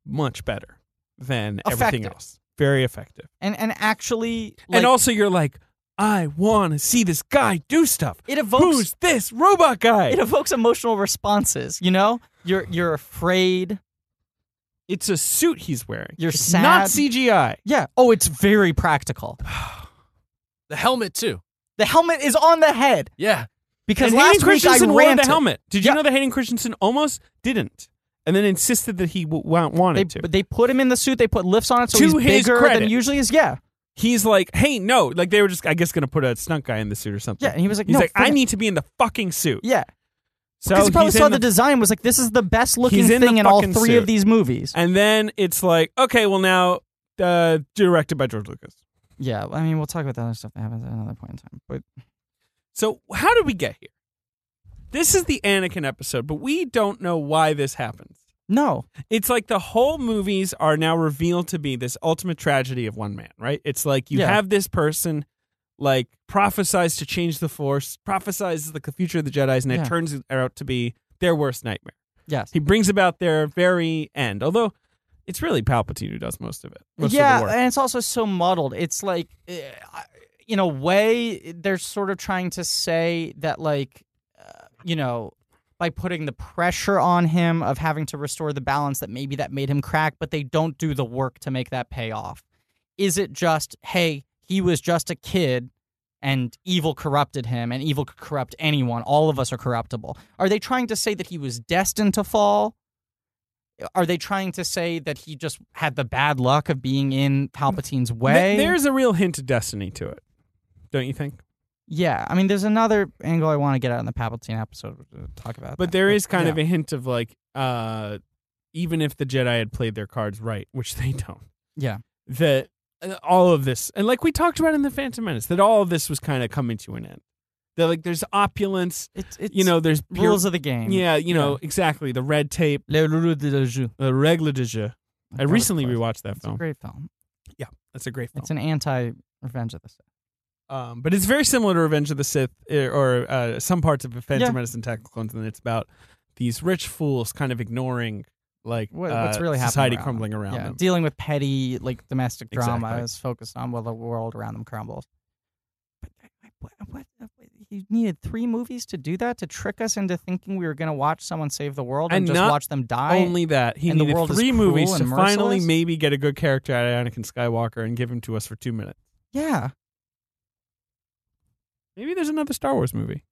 B: much better than everything
A: Effective.
B: else. Very effective.
A: and and actually, like,
B: and also, you're like, I want to see this guy do stuff.
A: It evokes
B: Who's this robot guy?
A: it evokes emotional responses. You know, you're you're afraid.
B: it's a suit he's wearing.
A: You're
B: It's
A: sad.
B: Not CGI.
A: Yeah. Oh, it's very practical.
C: The helmet too.
A: The helmet is on the head
C: Yeah.
A: because
B: and Hayden
A: last week I
B: Christensen wanted
A: ranted.
B: the helmet. Did
A: Yeah.
B: you know that Hayden Christensen almost didn't, and then insisted that he w- wa-
A: They,
B: wanted to?
A: but they put him in the suit. They put lifts on it, so
B: To
A: he's
B: his
A: bigger than
B: credit.
A: usually is. Yeah,
B: he's like, "Hey, no!" Like they were just, I guess, going to put a stunt guy in the suit or something.
A: yeah. And he was like,
B: he's
A: no,
B: like,
A: fuck
B: "I
A: it."
B: need to be in the fucking suit."
A: Yeah,
B: So
A: because he probably
B: he's
A: saw
B: in
A: the, design was like, this is the best looking
B: He's in the
A: thing in all
B: fucking
A: three
B: suit.
A: of these movies.
B: and then it's like, okay, well now, uh, directed by George Lucas.
A: Yeah, I mean, we'll talk about that other stuff that happens at another point in time. But
B: So how did we get here? This is the Anakin episode, but we don't know why this happens.
A: no,
B: It's like the whole movies are now revealed to be this ultimate tragedy of one man, right? It's like you
A: Yeah.
B: have this person like prophesies to change the force, prophesies the future of the Jedi's, and
A: Yeah.
B: it turns out to be their worst nightmare.
A: yes,
B: He brings about their very end. Although it's really Palpatine who does most of it. Most
A: yeah,
B: of the work.
A: and it's also so muddled. It's like, eh, I- in a way, they're sort of trying to say that, like, uh, you know, by putting the pressure on him of having to restore the balance, that maybe that made him crack, but they don't do the work to make that pay off. Is it just, hey, he was just a kid? And evil corrupted him, and evil could corrupt anyone. All of us are corruptible. Are they trying to say that he was destined to fall? Are they trying to say that he just had the bad luck of being in Palpatine's way?
B: Th- there's a real hint of destiny to it, don't you think?
A: yeah, I mean, there's another angle I want to get out in the Palpatine episode. We'll talk about,
B: But
A: that.
B: there is kind of a hint of like, uh, even if the Jedi had played their cards right, which they don't,
A: yeah,
B: that uh, all of this, and like we talked about in the Phantom Menace, that all of this was kind of coming to an end. That like there's opulence,
A: it's, it's
B: you know, there's pure-
A: rules of the game.
B: yeah, you know, exactly the red tape,
A: Les rules de la jeu.
B: the règle de jeu. I recently
A: rewatched
B: rewatched that
A: It's a
B: film.
A: great film.
B: That's a great film.
A: It's an anti Revenge of the Sith.
B: Um, but it's very similar to Revenge of the Sith eh, or uh, some parts of Phantom
A: Yeah.
B: Menace and Attack of the Clones, and it's about these rich fools kind of ignoring like
A: What,
B: uh,
A: what's really happening?
B: society
A: around
B: crumbling
A: them.
B: around
A: yeah,
B: them.
A: dealing with petty like domestic drama
B: Exactly.
A: is focused on while the world around them crumbles. But I- I- what, what, what- you needed three movies to do that to trick us into thinking we were going to watch someone save the world and,
B: And
A: just
B: not
A: watch them die.
B: Only that he
A: and the
B: needed
A: world is
B: three
A: cruel
B: movies to
A: and
B: finally
A: merciless?
B: maybe get a good character out of Anakin Skywalker and give him to us for two minutes.
A: yeah,
B: Maybe there's another Star Wars movie.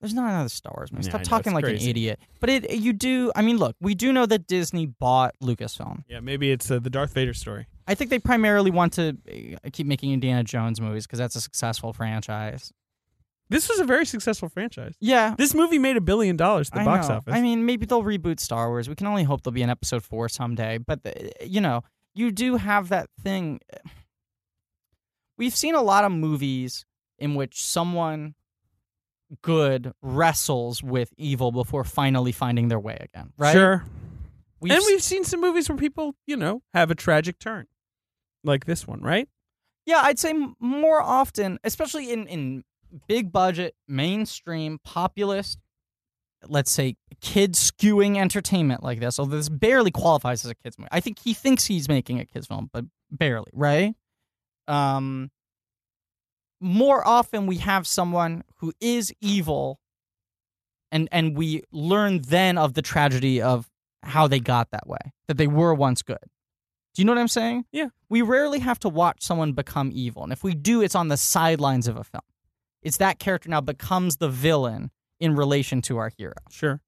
A: There's not another Star Wars movie.
B: Yeah,
A: Stop
B: I know,
A: talking
B: it's
A: like an
B: crazy.
A: idiot. But it you do. I mean, look, we do know that Disney bought Lucasfilm.
B: Yeah, maybe it's uh, the Darth Vader story.
A: I think they primarily want to uh, keep making Indiana Jones movies because that's a successful franchise.
B: This was a very successful franchise.
A: Yeah.
B: This movie made a billion dollars at the
A: I
B: box
A: know.
B: office.
A: I mean, maybe they'll reboot Star Wars. We can only hope there'll be an episode four someday. But the, you know, you do have that thing. We've seen a lot of movies in which someone good wrestles with evil before finally finding their way again. Right?
B: Sure.
A: We've
B: and we've seen some movies where people, you know, have a tragic turn, like this one, right?
A: Yeah, I'd say m- more often, especially in in big budget, mainstream, populist, let's say kid skewing entertainment like this. Although this barely qualifies as a kids movie. I think he thinks he's making a kids film, but barely, right? Um more often we have someone who is evil and and we learn then of the tragedy of how they got that way, that they were once good. Do you know what I'm saying?
B: Yeah.
A: We rarely have to watch someone become evil. And if we do, it's on the sidelines of a film. It's that character now becomes the villain in relation to our hero.
B: Sure.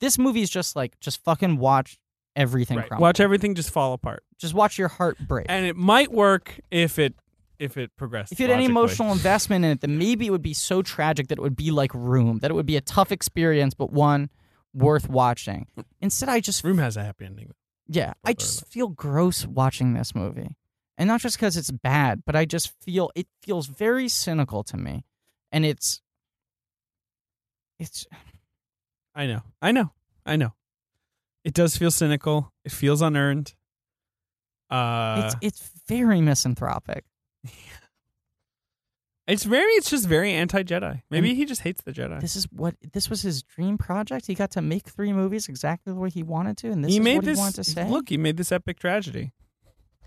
A: This movie is just like, just fucking watch everything
B: Right.
A: crumble.
B: Watch everything just fall apart.
A: Just watch your heart break.
B: And it might work if it if it progresses.
A: if you had any
B: logically.
A: emotional investment in it, then maybe it would be so tragic that it would be like Room, that it would be a tough experience, but one worth watching. Instead, I just
B: Room has a happy ending.
A: Yeah, I
B: Spoiler
A: just
B: alert.
A: feel gross watching this movie. And not just because it's bad, but I just feel it feels very cynical to me. And it's it's
B: I know. I know. I know. It does feel cynical. It feels unearned. Uh
A: it's it's very misanthropic.
B: it's very it's just very anti Jedi. Maybe he just hates the Jedi.
A: This is what this was his dream project. He got to make three movies exactly the way he wanted to, and this
B: he
A: is
B: made
A: what
B: this
A: he wanted to say.
B: look, he made this epic tragedy.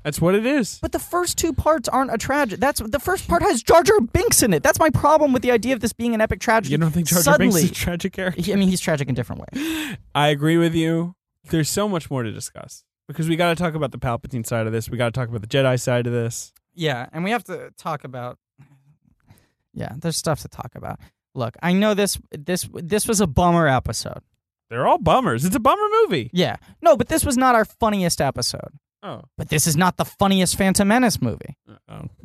B: That's what it is.
A: But the first two parts aren't a tragedy. That's the first part has Jar Jar Binks in it. That's my problem with the idea of this being an epic tragedy.
B: You don't think Jar Jar
A: Suddenly,
B: Binks is a tragic character?
A: He- I mean, he's tragic in different ways.
B: I agree with you. There's so much more to discuss because we got to talk about the Palpatine side of this. We got to talk about the Jedi side of this.
A: Yeah, and we have to talk about. Yeah, there's stuff to talk about. Look, I know this. This this was a bummer episode.
B: They're all bummers. It's a bummer movie.
A: Yeah, no, but this was not our funniest episode.
B: Oh,
A: But this is not the funniest Phantom Menace movie.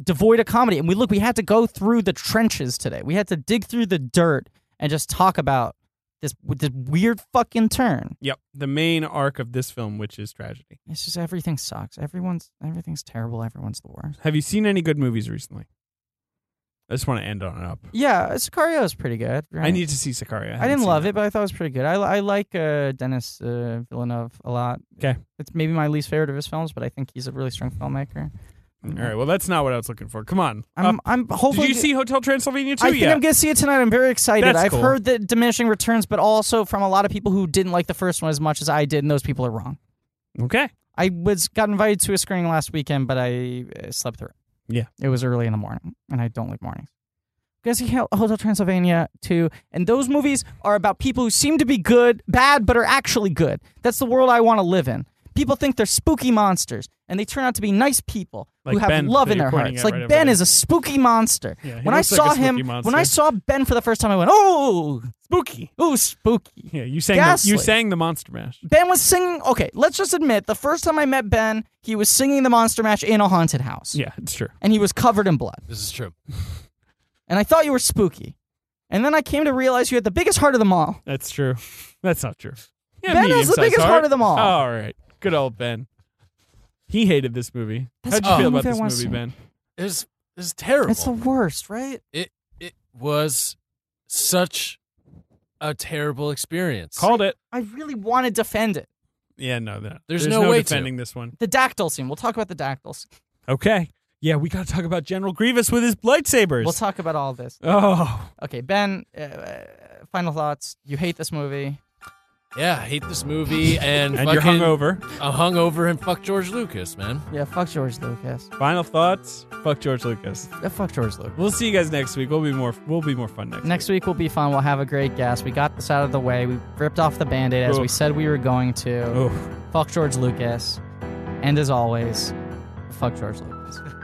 A: Devoid of comedy, and we look. We had to go through the trenches today. We had to dig through the dirt and just talk about this this weird fucking turn.
B: yep. The main arc of this film, which is tragedy.
A: It's just everything sucks. Everyone's everything's terrible. Everyone's the worst.
B: Have you seen any good movies recently? I just want to end on it up.
A: Yeah, Sicario is pretty good.
B: I
A: right?
B: need to see Sicaria.
A: I didn't love it, but I thought it was pretty good. I, li- I like uh, Dennis uh, Villeneuve a lot.
B: 'Kay.
A: it's maybe my least favorite of his films, but I think he's a really strong filmmaker.
B: Uh, All right. Well, that's not what I was looking for. Come on.
A: I'm,
B: Up.
A: I'm hopefully.
B: Did you see Hotel Transylvania too?
A: I think
B: yet?
A: I'm gonna see it tonight. I'm very excited.
B: That's
A: I've
B: cool.
A: heard the diminishing returns, but also from a lot of people who didn't like the first one as much as I did, and those people are wrong.
B: okay.
A: I was got invited to a screening last weekend, but I uh, slept through it.
B: Yeah.
A: it was early in the morning, and I don't like mornings. Guess he Hotel Transylvania too, and those movies are about people who seem to be good, bad, but are actually good. That's the world I want to live in. People think they're spooky monsters, and they turn out to be nice people who
B: Like
A: have
B: Ben
A: love
B: that
A: in
B: you're
A: their
B: pointing
A: hearts.
B: at
A: Like
B: right over
A: Ben
B: there.
A: is a spooky monster.
B: Yeah, he
A: when I
B: looks like
A: saw
B: a spooky
A: him, when I
B: monster.
A: saw Ben for the first time, I went, "Oh,
B: Spooky.
A: ooh, spooky."
B: Yeah, you sang. The, you
A: Ghastly.
B: sang the Monster Mash.
A: Ben was singing. Okay, let's just admit the first time I met Ben, he was singing the Monster Mash in a haunted house.
B: Yeah, it's true.
A: And he was covered in blood.
C: This is true.
A: And I thought you were spooky. And then I came to realize you had the biggest heart of them all.
B: That's true. That's not true. Yeah,
A: Ben has the
B: medium-sized
A: biggest heart of them all.
B: All right. Good old Ben. He hated this movie.
A: That's
B: How'd you
C: the
B: feel
A: movie
B: about
A: I
B: this
A: wanna
B: movie,
A: see.
B: Ben?
C: It was, it was terrible.
A: It's the worst, right?
C: it was such a terrible experience.
B: Called it.
A: I really want to defend it.
B: Yeah, no, no.
C: There's no way to.
B: defending this one.
A: The dactyl scene. We'll talk about the dactyls.
B: Okay. Yeah, we got to talk about General Grievous with his lightsabers.
A: We'll talk about all this.
B: oh,
A: Okay, Ben, uh, uh, final thoughts. You hate this movie.
C: yeah, I hate this movie and,
B: and you're
C: fucking,
B: hungover.
C: I'm hungover and fuck George Lucas, man.
A: Yeah, fuck George Lucas.
B: Final thoughts. Fuck George Lucas.
A: Yeah, fuck George Lucas.
B: We'll see you guys next week. We'll be more. We'll be more fun next.
A: Next week will be fun. We'll have a great guest. We got this out of the way. We ripped off the band aid as we
B: Oof.
A: said we were going to.
B: Oh.
A: Fuck George Lucas. And as always, fuck George Lucas.